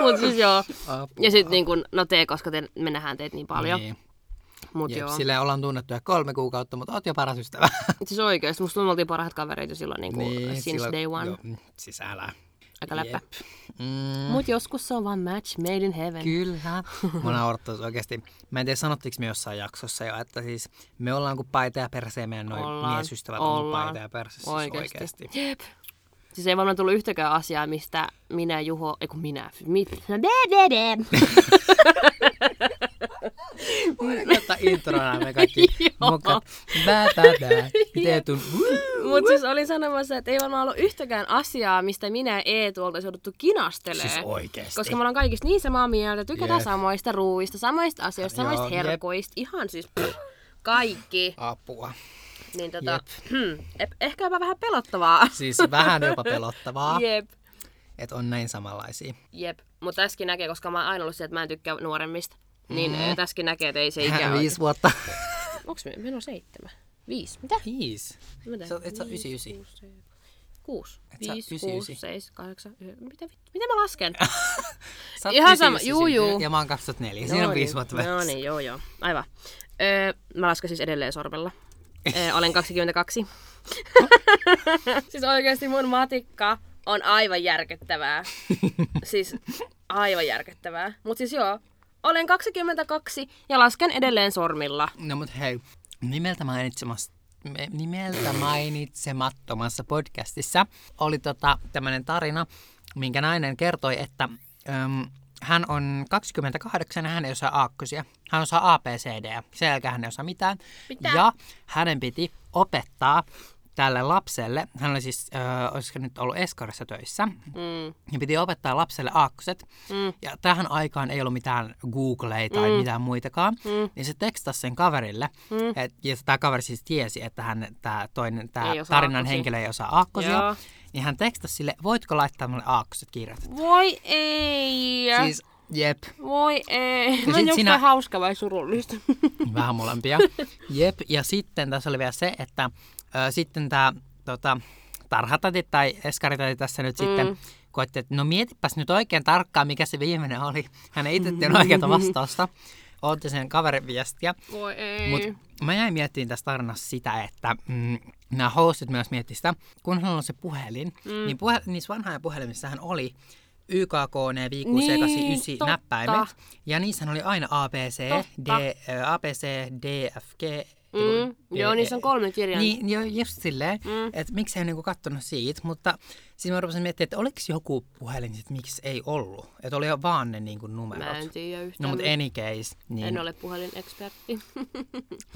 S1: Mut siis joo.
S2: Apua.
S1: Ja sit niin kun, no te, koska te, me nähdään teet niin paljon. Niin.
S2: Niin.
S1: Mut
S2: Jep,
S1: joo.
S2: silleen ollaan tunnettu jo kolme kuukautta, mutta oot jo paras ystävä.
S1: Siis oikeesti, musta tuntuu, me oltiin parhaat kavereita jo silloin niin kuin since
S2: silloin-
S1: day one.
S2: Joo, mm, siis älä.
S1: Aika läppä.
S2: Jep. Mm,
S1: Mut joskus se on vaan match made in heaven.
S2: kyllä. Mun naurattaa oikeasti. Mä en tiedä, sanottiinko me jossain jaksossa jo, että siis me ollaan kuin paita ja perse ja meidän noin
S1: Ollaan,
S2: miesystävät on kuin
S1: ollaan.
S2: paita ja perse. Siis
S1: Oikeesti.
S2: oikeasti. oikeasti.
S1: Jep. Siis ei varmaan tullut yhtäkään asiaa, mistä minä, Juho, ei kun minä, mit, de, de, de.
S2: Tätä introna me kaikki mukat. Bää, bää, bää. Miten tun...
S1: Mut siis olin sanomassa, että ei varmaan ollut yhtäkään asiaa, mistä minä ja Eetu oltaisiin jouduttu kinastelee.
S2: Siis oikeesti.
S1: Koska me ollaan kaikista niin samaa mieltä, tykätään
S2: Jep.
S1: samoista ruuista, samoista asioista,
S2: Joo,
S1: samoista
S2: jep.
S1: herkuista, ihan siis pff, kaikki.
S2: Apua.
S1: Niin tota, hmm, ep- ehkä jopa vähän pelottavaa.
S2: Siis vähän jopa pelottavaa,
S1: Jep.
S2: että on näin samanlaisia.
S1: Jep, mutta tässäkin näkee, koska mä oon aina ollut se, että mä en tykkää nuoremmista. Niin mm. tässäkin näkee, että ei se ikä ole.
S2: Viisi vuotta.
S1: Onks me, meillä on seitsemän? Viisi? Mitä?
S2: Viisi.
S1: Mitä?
S2: Sä oot- et sä oo
S1: Viisi,
S2: 99.
S1: kuusi, seitsemän. Kuusi.
S2: sä oo
S1: Viisi,
S2: 99.
S1: kuusi, seis, kahdeksan, yhdeksän. Mitä vittu? Miten mä lasken?
S2: Sä oot
S1: Ihan sama,
S2: 99
S1: juu,
S2: syntynyt
S1: juu.
S2: Ja mä oon 2004, siinä on viisi vuotta
S1: No
S2: välissä.
S1: niin, joo joo. Aivan. Öö, mä lasken siis edelleen sormella. Öö, olen 22. siis oikeasti mun matikka on aivan järkyttävää. siis aivan järkyttävää. Mutta siis joo, olen 22 ja lasken edelleen sormilla.
S2: No mut hei, nimeltä mainitsemassa me- nimeltä mainitsemattomassa podcastissa oli tota, tämmöinen tarina, minkä nainen kertoi, että äm, hän on 28 ja hän ei osaa aakkosia. Hän osaa ABCD. Sen jälkeen hän ei osaa mitään.
S1: Mitä?
S2: Ja hänen piti opettaa tälle lapselle, hän oli siis, äh, olisiko nyt ollut Eskarissa töissä,
S1: Mm.
S2: ja piti opettaa lapselle aakkoset.
S1: Mm.
S2: Ja tähän aikaan ei ollut mitään Googleja tai mm. mitään muitakaan. Mm. Niin se tekstasi sen kaverille. Mm. Et, ja tämä kaveri siis tiesi, että hän, tämä toinen, tämä
S1: Ei osaa
S2: tarinan
S1: aakkosia.
S2: henkilö ei osaa aakkosia.
S1: Joo.
S2: Niin hän tekstasi sille, voitko laittaa mulle aakkoset kirjoittaa.
S1: Voi ei.
S2: Siis, jep,
S1: Voi ei. Mä
S2: sit
S1: en just
S2: sinä-
S1: sinä... hauska vai surullista.
S2: vähän molempia. Jep, ja sitten tässä oli vielä se, että ö, sitten tämä tota, tarhatati tai eskaritäti tässä nyt mm. sitten koetti, että no mietipäs nyt oikein tarkkaan, mikä se viimeinen oli. Hän ei itse tiennyt oikeaa vastausta. Otti sen kaverin viestiä.
S1: Voi ei.
S2: Mut mä jäin miettimään tässä tarinassa sitä, että mm, nämä hostit myös miettivät sitä, kun hänellä on se puhelin, mm. niin puhel, niissä vanhoja puhelimissahan oli YKK, ne viikko
S1: Niin,
S2: 89
S1: totta.
S2: näppäimet, ja niissähän oli aina ABC,
S1: Totta.
S2: D, ö, ABC, DFG.
S1: Mm. Joo, niissä on kolme kirjainta.
S2: Niin, joo, just silleen, mm. että miksi ei niinku kattonut siitä, mutta siis mä rupesin miettimään, että oliko joku puhelin, että miksi ei ollut, että oli jo vaan ne niinku numerot.
S1: Mä en tiedä yhtään.
S2: No mutta any case. Niin.
S1: En ole puhelinekspertti.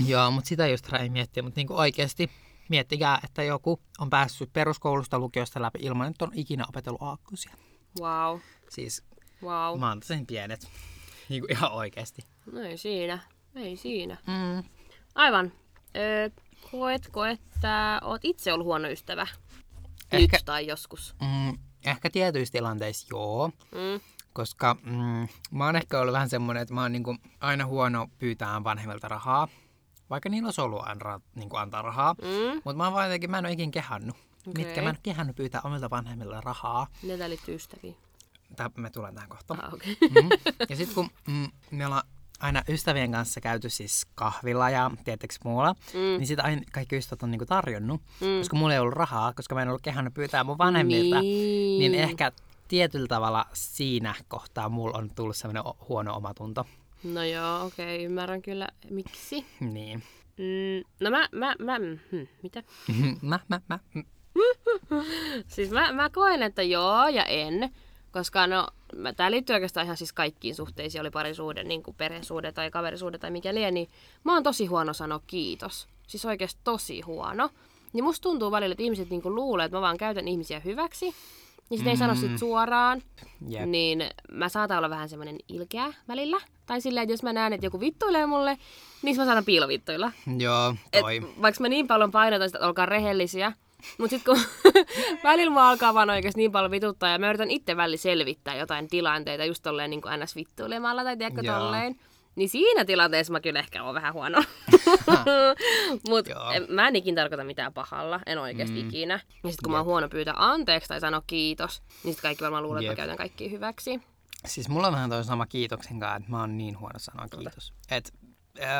S2: Joo, mutta sitä just ei miettiä, mutta niinku oikeasti miettikää, että joku on päässyt peruskoulusta lukiosta läpi ilman, että on ikinä opetellut aakkosia.
S1: wow,
S2: Siis
S1: wow.
S2: mä antaisin pienet, niinku ihan oikeasti.
S1: No ei siinä, ei siinä.
S2: Mm.
S1: Aivan. Öö, koetko, että oot itse ollut huono ystävä?
S2: Ehkä-
S1: Nyt tai joskus.
S2: Mm, ehkä tietyissä tilanteissa joo,
S1: Mm.
S2: koska mm, mä oon ehkä ollut vähän semmoinen, että mä oon niinku aina huono pyytää vanhemmilta rahaa, vaikka niillä olisi ollut aina, niinku antaa rahaa.
S1: Mm.
S2: Mutta mä oon vaan jotenkin, mä en ole ikinä kehannut. Okay. Mitkä
S1: Okei.
S2: mä en ole kehannut pyytää omilta vanhemmilta rahaa.
S1: Ne tälit ystäviä.
S2: Tää, me tullaan tähän kohtaan.
S1: Ah, okei.
S2: Mm. Ja sitten kun mm, me ollaan aina ystävien kanssa käyty siis kahvilla ja tietysti muulla, mm. niin sitä aina kaikki ystävät on niinku tarjonnut, mm. koska mulla ei ollut rahaa, koska mä en ollut kehannut pyytää mun vanhemmilta.
S1: Niin.
S2: Niin ehkä tietyllä tavalla siinä kohtaa mulla on tullut semmoinen huono omatunto.
S1: No joo, okei, okay, ymmärrän kyllä. Miksi?
S2: Niin.
S1: Mm, no mä, mä, mä, mm, hm, mitä?
S2: mä, mä, mä. mm.
S1: Siis mä, mä koen, että joo ja en, koska no, mä- tää liittyy oikeastaan ihan siis kaikkiin suhteisiin, oli parisuhde, niin kuin perhesuhde tai kaverisuhde tai mikä lie, niin mä oon tosi huono sanoa kiitos. Siis oikeasti tosi huono. Niin musta tuntuu välillä, että ihmiset niinku luulee, että mä vaan käytän ihmisiä hyväksi, niin sitten ei sano sit suoraan,
S2: Jep.
S1: niin mä saatan olla vähän semmoinen ilkeä välillä. Tai silleen, että jos mä näen, että joku vittuilee mulle, niin sit mä saatan piilovittuilla.
S2: Joo,
S1: Et
S2: toi.
S1: vaikka mä niin paljon painotan sitä, että olkaa rehellisiä, mutta sitten kun välillä mua alkaa vaan oikeasti niin paljon vituttaa ja mä yritän itse välillä selvittää jotain tilanteita just tolleen niin kuin ns. vittuilemalla tai tiedätkö
S2: Joo.
S1: tolleen, niin siinä tilanteessa mä kyllä ehkä oon vähän huono. Mutta
S2: Joo.
S1: mä en ikinä tarkoita mitään pahalla, en oikeasti mm. ikinä. Ja sitten kun mä oon huono pyytää anteeksi tai sanoa kiitos, niin sitten kaikki varmaan luulee, että mä
S2: Jep.
S1: käytän kaikki hyväksi.
S2: Siis mulla on vähän toi sama kiitoksen kanssa, että mä oon niin huono sanoa kiitos. Et,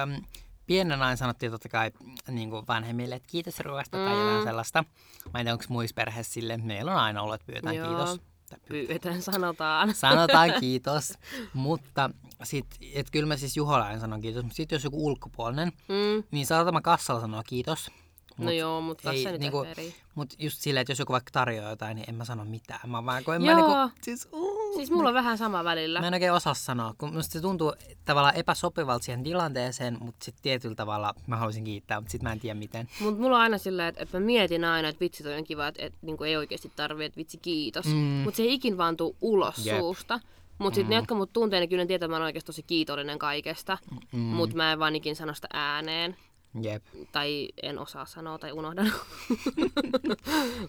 S2: äm, pienen aina sanottiin totta kai niin kuin vanhemmille, että kiitos ruoasta mm. tai jotain sellaista. Mä en tiedä, onko muissa perheissä sille. Meillä on aina ollut, että pyydetään
S1: Joo.
S2: kiitos. Tai py-
S1: Pyydetään, sanotaan.
S2: Sanotaan kiitos, mutta sit, et kyllä mä siis Juholla aina sanon kiitos, mutta sit jos joku ulkopuolinen,
S1: Mm.
S2: niin saatama kassalla sanoa kiitos.
S1: No joo, mutta
S2: ei
S1: tässä nyt
S2: niinku-
S1: niinku... eri.
S2: Mut just silleen, että jos joku vaikka tarjoaa jotain, niin en mä sano mitään. Mä vaan, kun en
S1: Joo.
S2: mä niinku, siis, uu,
S1: Siis mulla on vähän sama välillä.
S2: Mä en oikein osaa sanoa, kun musta se tuntuu tavallaan epäsopivalta siihen tilanteeseen, mutta sitten tietyllä tavalla mä haluaisin kiittää, mutta sitten mä en tiedä miten.
S1: Mutta mulla on aina sillä, että, että mä mietin aina, että vitsi toi on kiva, että, että niin ei oikeasti tarvi, että vitsi kiitos. Mm. Mutta se ei ikin vaan tuu ulos
S2: Jep.
S1: Jep. suusta. Mutta sitten mm. ne, jotka mut tuntee, ne kyllä tietää, että mä oon oikeasti tosi kiitollinen kaikesta. Mm. Mutta mä en vaan ikin sano sitä ääneen.
S2: Jep.
S1: Tai en osaa sanoa tai unohdan.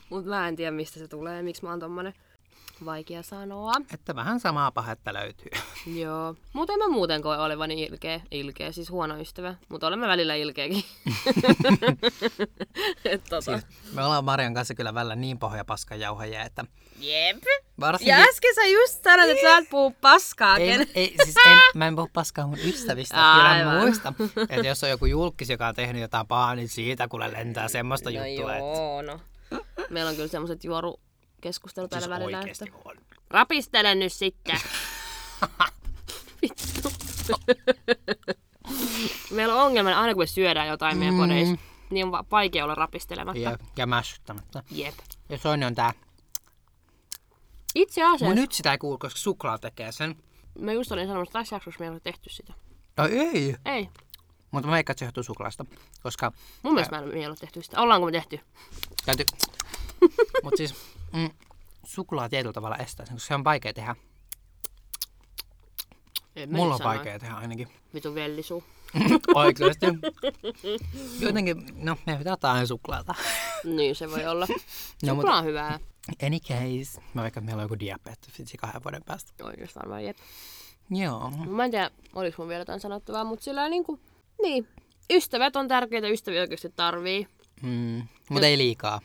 S1: Mutta mä en tiedä, mistä se tulee, miksi mä oon tommonen. Vaikea sanoa.
S2: Että vähän samaa pahetta löytyy.
S1: Joo. Mutta en mä muuten koe olevani ilkeä. Ilkeä, siis huono ystävä. Mutta olen mä välillä ilkeäkin. Et tota.
S2: Siis me ollaan Marian kanssa kyllä välillä niin pahoja paskajauhajia, että
S1: Jep.
S2: varsinkin...
S1: Ja äsken sä just sanoit, että sä et puhu paskaa.
S2: Ei,
S1: ken-
S2: ei, siis en, mä en puhu paskaa mun ystävistä, kyllä mä
S1: Aivan.
S2: muistan. Että jos on joku julkis, joka on tehnyt jotain pahaa, niin siitä kuule lentää semmoista juttua, että
S1: joo, no. Meillä on kyllä semmoiset juorukeskustelut
S2: Siis
S1: täällä välillä. Että...
S2: oikeesti on.
S1: Rapistele nyt sitten. Vittu. Meillä on ongelma, aina kun me syödään jotain meidän
S2: Mm.
S1: podeissa, niin on va- vaikea olla rapistelematta.
S2: Ja, ja mässyttämättä.
S1: Jep.
S2: Ja toinen on tää.
S1: Itse asiassa,
S2: Mun
S1: nyt...
S2: nyt sitä ei kuulu, koska suklaa tekee sen.
S1: mä just olin sanomassa, että tässä jaksossa me ei ole tehty sitä.
S2: No ei.
S1: Ei.
S2: Mutta mä veikkaan, että se johtuu suklaasta. Koska
S1: Mun mielestä mä en, me ei ole tehty sitä. Ollaanko me tehty?
S2: täytyy... Mut siis mm, suklaa tietyllä tavalla estää sen, koska se on vaikea tehdä.
S1: En mä
S2: Mulla on
S1: nyt sano.
S2: vaikea tehdä ainakin.
S1: Vitu vellisuu.
S2: Oikeesti. Jotenkin, no me pitää ottaa aina suklaata.
S1: Niin se voi olla.
S2: No,
S1: No,
S2: mutta-
S1: Suklaa on hyvää.
S2: Any case. Mä veikkaan, että meillä on joku diabetes kahden vuoden päästä.
S1: Oikeastaan varmaan jep.
S2: Joo.
S1: Mä en tiedä, oliko mun vielä jotain sanottavaa, mutta sillä niinku... Niin. Ystävät on tärkeitä, ystäviä oikeasti tarvii.
S2: Mm, mutta ei liikaa.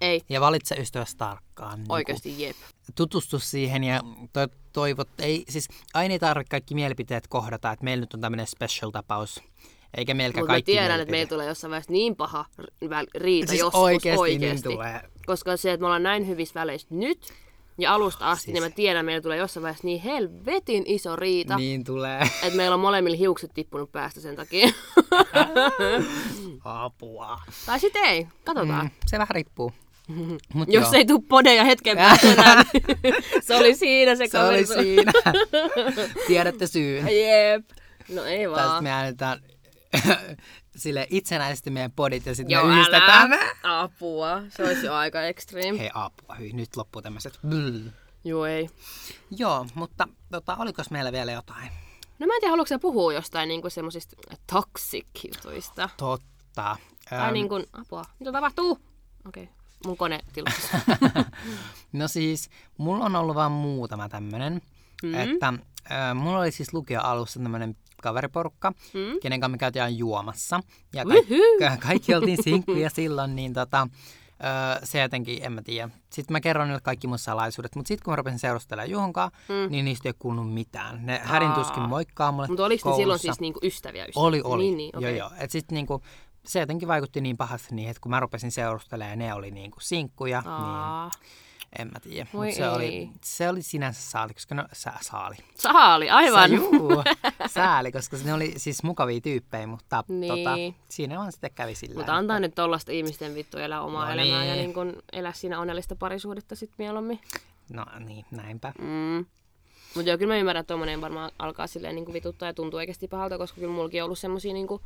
S1: Ei.
S2: Ja valitse ystäväsi tarkkaan. Niin
S1: Oikeasti jep.
S2: tutustu siihen ja to- toivot, ei, siis aina ei tarvitse kaikki mielipiteet kohdata, että meillä nyt on tämmöinen special tapaus, eikä meilläkään
S1: Mutta mä
S2: kaikki
S1: tiedän, että
S2: mielipiteet.
S1: meillä tulee jossain vaiheessa niin paha r- väl- riita
S2: siis
S1: joskus
S2: oikeasti,
S1: oikeasti.
S2: Niin tulee.
S1: Koska se, että me ollaan näin hyvissä väleissä nyt ja alusta asti,
S2: Siis-
S1: siis... niin mä tiedän, että meillä tulee jossain vaiheessa niin helvetin iso riita, niin.
S2: Niin tulee.
S1: että meillä on molemmilla hiukset tippunut päästä sen takia. Mm.
S2: Apua.
S1: tai sitten ei, katsotaan.
S2: Mm,
S1: Mm.
S2: se vähän riippuu. Mut
S1: Jos
S2: joo,
S1: ei tuu podeja hetken päästä enää, niin se oli siinä se,
S2: se oli
S1: kaveri.
S2: siinä. Tiedätte syyn.
S1: Jep. No ei
S2: Tästä
S1: vaan.
S2: me äänetetään sille itsenäisesti meidän podit ja sitten
S1: Joo,
S2: me yhdistetään.
S1: älä. Apua. Se olisi jo aika extreme.
S2: Hei apua, hyi, nyt loppuu tämmöiset.
S1: Joo, ei.
S2: Joo, mutta tota, olikos meillä vielä jotain?
S1: No mä en tiedä, haluatko sä puhua jostain niinku semmosista toxic-jutuista?
S2: Totta.
S1: Tai
S2: Öm,
S1: niin kuin, apua, mitä tapahtuu? Okei, okay. mun kone tilasi.
S2: No siis, mulla on ollut vaan muutama tämmönen.
S1: Mm.
S2: Mm-hmm. Että äh, mulla oli siis lukio alussa tämmönen kaveriporukka,
S1: Mm.
S2: mm-hmm. kenen kanssa me käytiin aina juomassa. Ja ka- ka- kaikki oltiin sinkkuja silloin, niin tota, öö, se jotenkin, en mä tiedä. Sitten mä kerron niille kaikki mun salaisuudet, mutta sitten kun mä rupesin seurustelemaan johonkaan, mm. niin niistä ei kuulunut mitään. Ne hädin tuskin moikkaa mulle
S1: Mutta oliko ne
S2: koulussa.
S1: silloin siis niinku ystäviä ystäviä?
S2: Oli, oli.
S1: Niin, niin, okei.
S2: Joo, joo. Et sit niinku, se jotenkin vaikutti niin pahasti niin, että kun mä rupesin seurustelemaan ja ne oli niinku sinkkuja, niin
S1: Aa,
S2: en mä tiedä.
S1: Voi
S2: Mut se, oli,
S1: ei.
S2: se oli sinänsä saali, koska no, sä, saali.
S1: Saali, aivan.
S2: Sä, juu, sääli, koska ne oli siis mukavia tyyppejä, mutta niin.
S1: Niin.
S2: tota, siinä vaan sitten kävi sillä
S1: Mutta antaa nyt tollasta ihmisten vittu elää omaa
S2: No
S1: no elämää ja
S2: niin.
S1: niin kun elää siinä onnellista parisuudetta sit mieluummin.
S2: No niin, näinpä.
S1: Mm. Mutta joo, kyllä mä ymmärrän, että tommonen varmaan alkaa silleen niinku vituttaa ja tuntuu oikeasti pahalta, koska kyllä mullakin on ollut semmosia niinku,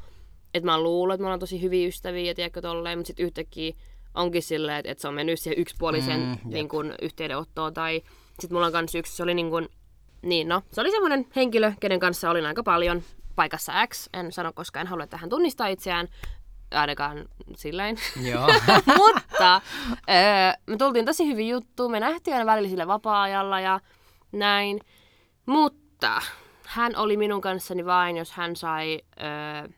S1: että mä oon luullut, että me ollaan tosi hyviä ystäviä ja tiedätkö tolleen, mutta sitten yhtäkkiä onkin silleen, että, että se on mennyt siihen yksipuolisen
S2: Mm,
S1: mm,
S2: jep.
S1: niin kun, yhteydenottoon tai sitten mulla on kanssa yksi, se oli niin kun, niin no, se oli semmoinen henkilö, kenen kanssa olin aika paljon paikassa X, en sano koska en halua, että hän tunnistaa itseään, ainakaan silleen.
S2: Joo.
S1: Mutta öö, me tultiin tosi hyvin juttuun, me nähtiin aina välillä sillä vapaa-ajalla ja näin. Mutta hän oli minun kanssani vain, jos hän sai öö,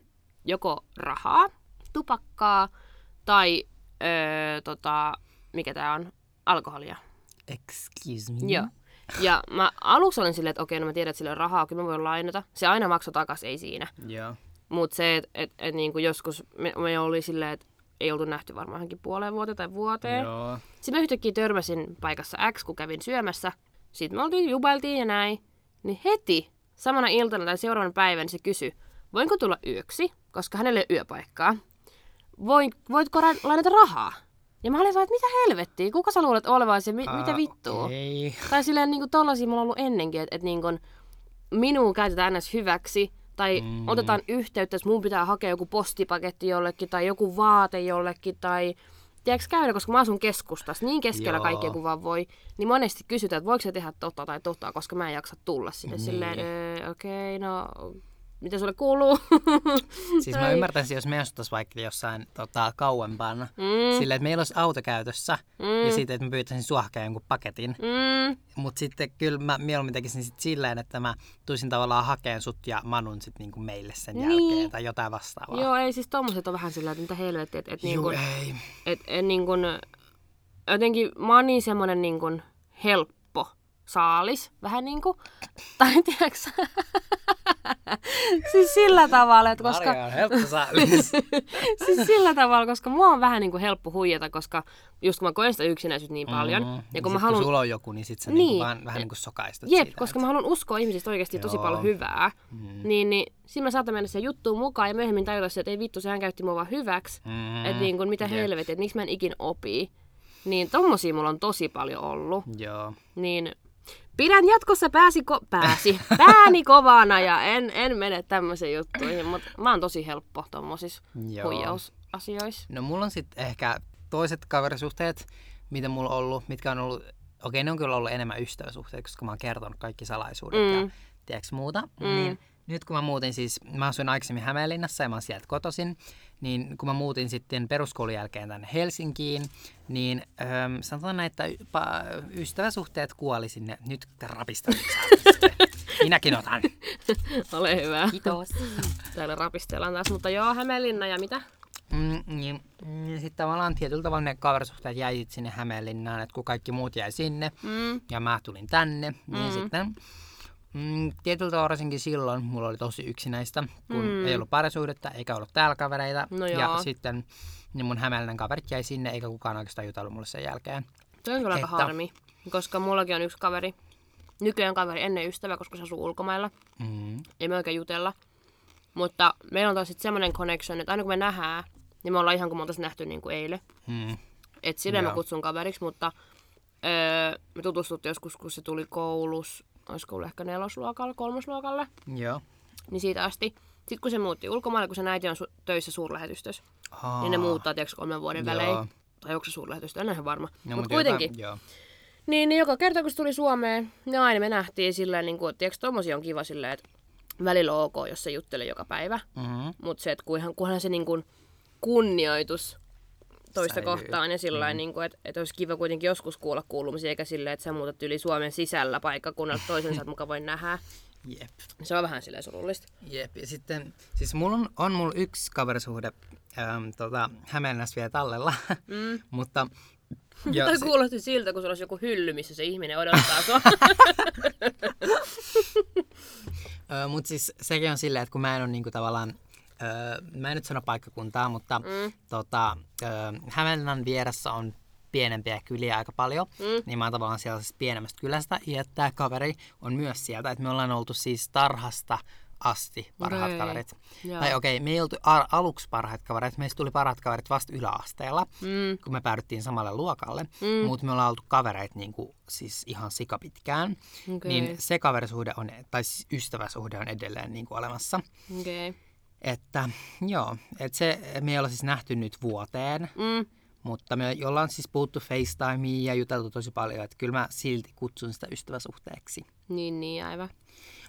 S1: joko rahaa, tupakkaa tai öö, tota, mikä tämä on, alkoholia.
S2: Excuse me.
S1: Joo. Ja mä aluksi olin silleen, että okei, no mä tiedän, että sillä on rahaa, kyllä mä voin lainata. Se aina maksoi takas, ei siinä.
S2: Joo.
S1: Mutta se, että et, et, niinku joskus me, me oli silleen, että ei oltu nähty varmaan johonkin puoleen vuoteen tai vuoteen.
S2: Joo.
S1: Sitten mä yhtäkkiä törmäsin paikassa X, kun kävin syömässä. Sitten me oltiin, jubailtiin ja näin. Niin heti samana iltana tai seuraavan päivän se kysyi, voinko tulla yöksi, koska hänelle ei ole yöpaikkaa. Voin, voitko ra- lainata rahaa? Ja mä olin vaan, että mitä helvettiä, kuka sä luulet olevasi ja mi- uh, mitä vittua?
S2: Ei.
S1: Tai silleen niin tollasia mulla on ollut ennenkin, että, että niin kuin, minua käytetään ns. hyväksi, tai
S2: Mm.
S1: mm. otetaan yhteyttä, jos mun pitää hakea joku postipaketti jollekin, tai joku vaate jollekin, tai tiedätkö käydä, koska mä asun keskustassa, niin keskellä
S2: Joo.
S1: Joo. kaikkea kuin vaan voi, niin monesti kysytään, että voiko se tehdä totta tai totta, koska mä en jaksa tulla sinne
S2: Niin.
S1: niin. silleen, "Öö, okei, okay, no mitä sulle kuuluu?
S2: Siis mä
S1: Tai-
S2: ymmärtäisin, jos me asuttaisiin vaikka jossain tota, kauempana. Mm.
S1: Mm.
S2: Silleen, että meillä olisi auto käytössä mm.
S1: Mm.
S2: ja siitä, että mä pyytäisin sua hakemaan jonkun paketin.
S1: mm,
S2: Mutta sitten kyllä mä mieluummin tekisin sit silleen, että mä tuisin tavallaan hakeen sut ja manun sit niinku meille sen
S1: Niin.
S2: jälkeen tai jotain vastaavaa.
S1: Joo, ei siis tommoset on vähän sillä, että mitä helvettiä, että, että niin
S2: Juu,
S1: kun,
S2: ei.
S1: Et, et niin kun, jotenkin mä oon niin semmonen niin kun, helppo saalis, vähän niin kuin, tai tiedätkö sä? siis sillä tavalla, että koska...
S2: Marja on helppo saalis.
S1: siis sillä tavalla, koska mua on vähän niin kuin helppo huijata, koska just kun mä koen sitä yksinäisyyttä niin paljon, mm, ja kun mä
S2: Kun
S1: haluan...
S2: sulla on joku, niin sit sä
S1: Niin.
S2: niin. vaan vähän niin kuin sokaistut
S1: Jep,
S2: siitä.
S1: koska
S2: että-
S1: mä haluan uskoa ihmisistä oikeasti tosi
S2: Joo.
S1: paljon hyvää, mm. niin, niin siinä mä saatan mennä siihen juttuun mukaan ja myöhemmin tajuta se, että ei vittu, sehän käytti mua vaan hyväksi,
S2: Mm,
S1: mm. että niin kuin, mitä
S2: jep.
S1: helvettiä, että miksi mä en ikin opi. Niin tommosia mulla on tosi paljon ollut.
S2: Joo.
S1: Niin pidän jatkossa pääsi ko- pääsi, pääni kovana ja en, en mene tämmöisiin juttuihin, mutta mä oon tosi helppo tommosissa
S2: Joo.
S1: huijausasioissa.
S2: No mulla on sitten ehkä toiset kaverisuhteet, mitä mulla on ollut, mitkä on ollut, okei ne on kyllä ollut enemmän ystäväsuhteet, koska mä oon kertonut kaikki salaisuudet mm. ja
S1: Mm.
S2: tiedäks muuta. Mm. Niin, nyt kun mä muutin siis, mä asuin aikaisemmin Hämeenlinnassa ja mä oon sieltä kotosin, niin kun mä muutin sitten peruskoulun jälkeen tänne Helsinkiin, niin öm, sanotaan näin, että y- pa- ystäväsuhteet kuoli sinne nyt rapistaviksi. Minäkin otan.
S1: Ole hyvä.
S2: Kiitos.
S1: Täällä rapistellaan taas, mutta joo, Hämeenlinna ja mitä?
S2: Mm, niin, niin sitten tavallaan tietyllä tavalla ne kaverisuhteet jäi sit sinne Hämeenlinnaan, että kun kaikki muut jäi sinne
S1: Mm.
S2: ja mä tulin tänne, niin sitten mm, tietyllä tavalla varsinkin silloin mulla oli tosi yksinäistä, kun mm. ei ollut parisuhdetta eikä ollut täällä kavereita.
S1: No
S2: ja
S1: joo.
S2: sitten niin mun Hämeenlinnan kaverit jäi sinne eikä kukaan oikeastaan jutellut mulle sen jälkeen.
S1: Toi on kyllä aika
S2: Että-
S1: harmi, koska mullakin on yksi kaveri, nykyään kaveri, ennen ystävä, koska se asuu ulkomailla.
S2: Mm.
S1: Ei me oikein jutella. Mutta meillä on taas sitten semmoinen connection, että aina kun me nähdään, niin me ollaan ihan kuin me oltaisiin nähty niin kuin eilen.
S2: Mm.
S1: Et sitä mä
S2: Joo.
S1: kutsun kaveriksi, mutta öö, me tutustuttiin joskus, kun se tuli koulus, olisiko ollut ehkä nelosluokalle, kolmosluokalle,
S2: Joo.
S1: niin siitä asti. Sitten kun se muutti ulkomaille, kun se äiti on su- töissä suurlähetystössä,
S2: Aa,
S1: niin ne muuttaa tietysti kolmen vuoden välein.
S2: Joo.
S1: Tai onko se suurlähetystö, en ole ihan varma.
S2: No,
S1: mutta
S2: mut joka-
S1: kuitenkin.
S2: joo.
S1: Niin, niin joka kerta kun se tuli Suomeen, niin aina me nähtiin sillä niin kuin, tiedätkö, tommosia on kiva silleen, että välillä on ok, jos se juttelee joka päivä.
S2: Mm.
S1: Mutta se, että kunhan, kunhan se niin kuin kunnioitus toista
S2: Säilyy. Mm-hmm.
S1: Säilyy. kohtaan ja sillä mm. niin kuin, että, että olisi kiva kuitenkin joskus kuulla kuulumisia, eikä silleen, että sä muutat yli Suomen sisällä paikkakunnalta toisen, sä et muka voi nähdä.
S2: Jep.
S1: Se on vähän silleen surullista.
S2: Jep, ja sitten, siis mulla on, on mulla yksi kaverisuhde äm, tota, Hämeenlässä vielä tallella, mm. mutta... Ja,
S1: Toi
S2: se-
S1: kuulosti siltä, kun sulla olisi joku hylly, missä se ihminen odottaa sua.
S2: Ö, mut siis sekin on silleen, että kun mä en ole niinku tavallaan, ö, mä en nyt sano paikkakuntaa, mutta mm. tota, ö, Hämeenlinnan vieressä on pienempiä kyliä aika paljon, mm. niin mä oon tavallaan sellaisesta pienemmästä kylästä, ja tämä kaveri on myös sieltä, että me ollaan oltu siis tarhasta asti parhaat
S1: Okei.
S2: kaverit.
S1: Joo.
S2: Tai okei, okay, me ei oltu al- aluksi parhaat kaverit, meistä tuli parhaat kaverit vasta yläasteella,
S1: Mm.
S2: kun me päädyttiin samalle luokalle, mm. mutta me ollaan oltu kavereit niinku, siis ihan sikapitkään.
S1: Okei.
S2: Niin se kaverisuhde on, tai siis ystäväsuhde on edelleen niinku olemassa.
S1: Okei. Okay.
S2: Että joo, että se me ei olla siis nähty nyt vuoteen,
S1: Mm.
S2: mutta me ollaan siis puhuttu FaceTimeen ja juteltu tosi paljon, että kyllä mä silti kutsun sitä ystäväsuhteeksi.
S1: Niin, niin, aivan.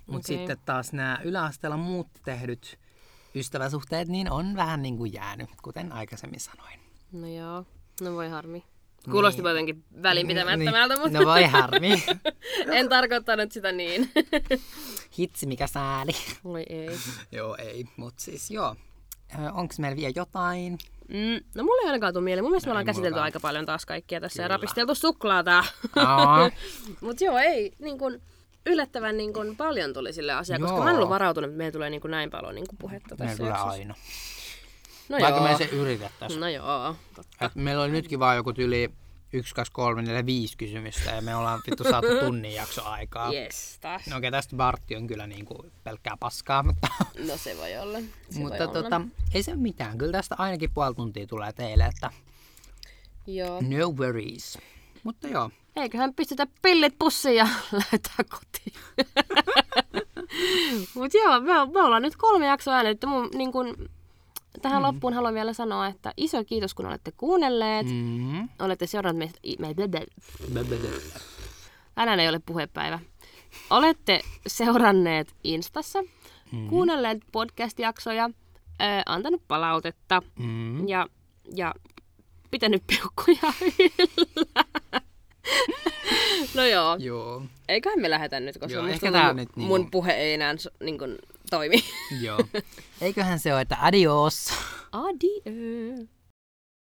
S2: Mutta
S1: Okei.
S2: sitten taas nämä yläasteella muut tehdyt ystäväsuhteet, niin on vähän niin kuin jäänyt, kuten aikaisemmin sanoin.
S1: No joo, no voi harmi. Kuulosti niin. jotenkin välinpitämättömältä, niin. mutta
S2: No voi harmi. niin. No.
S1: en tarkoittanut sitä niin.
S2: Hitsi, mikä sääli.
S1: Voi ei.
S2: joo, ei, mutta siis joo. Onko meillä vielä jotain?
S1: Mm, no mulla ei ainakaan tule mieleen. Mun mielestä me ollaan
S2: ei
S1: käsitelty
S2: mullakaan.
S1: aika paljon taas kaikkia tässä ja rapisteltu suklaata.
S2: Aa,
S1: Mut joo, ei. Niin kun, yllättävän niin kun, paljon tuli sille asiaa, koska mä en
S2: Joo.
S1: ollut varautunut, että meillä tulee niin kun, näin paljon niin kun, puhetta
S2: meillä
S1: tässä
S2: tulee
S1: jaksossa.
S2: aina.
S1: No
S2: Vaikka
S1: joo.
S2: me se yritettäisiin.
S1: No joo. totta.
S2: Et meillä oli nytkin vaan joku tyli 1, 2, 3, 4, 5 kysymystä ja me ollaan vittu saatu tunnin jakso aikaa.
S1: Yes, taas.
S2: No okei, tästä Bartti on kyllä niinku pelkkää paskaa, mutta,
S1: No se voi olla.
S2: mutta
S1: Se voi olla.
S2: tota, ei se mitään. Kyllä tästä ainakin puoli tuntia tulee teille, että
S1: Joo.
S2: no worries. Mutta joo,
S1: Eiköhän pistetä pillit pussiin ja lähdetään kotiin. Mut joo, me, o- me ollaan nyt kolme jaksoa äänetty. Mun, niin kun, tähän mm. loppuun haluan vielä sanoa, että iso kiitos kun olette kuunnelleet. Mm.
S2: mm-hmm.
S1: Olette seuranneet meistä... i- me- me- me- Tänään ei ole puhepäivä. Olette seuranneet Instassa, mm. kuunnelleet podcast-jaksoja, ö, antanut palautetta
S2: mm
S1: ja, ja pitänyt peukkuja yllä. No joo.
S2: Joo,
S1: Eiköhän me lähetä nyt, koska
S2: Joo,
S1: musta
S2: ehkä
S1: tuntuu,
S2: tää
S1: mun,
S2: nyt niinku-
S1: mun puhe ei enää so- niinku toimi.
S2: joo. Eiköhän se ole, että adios.
S1: Adieu.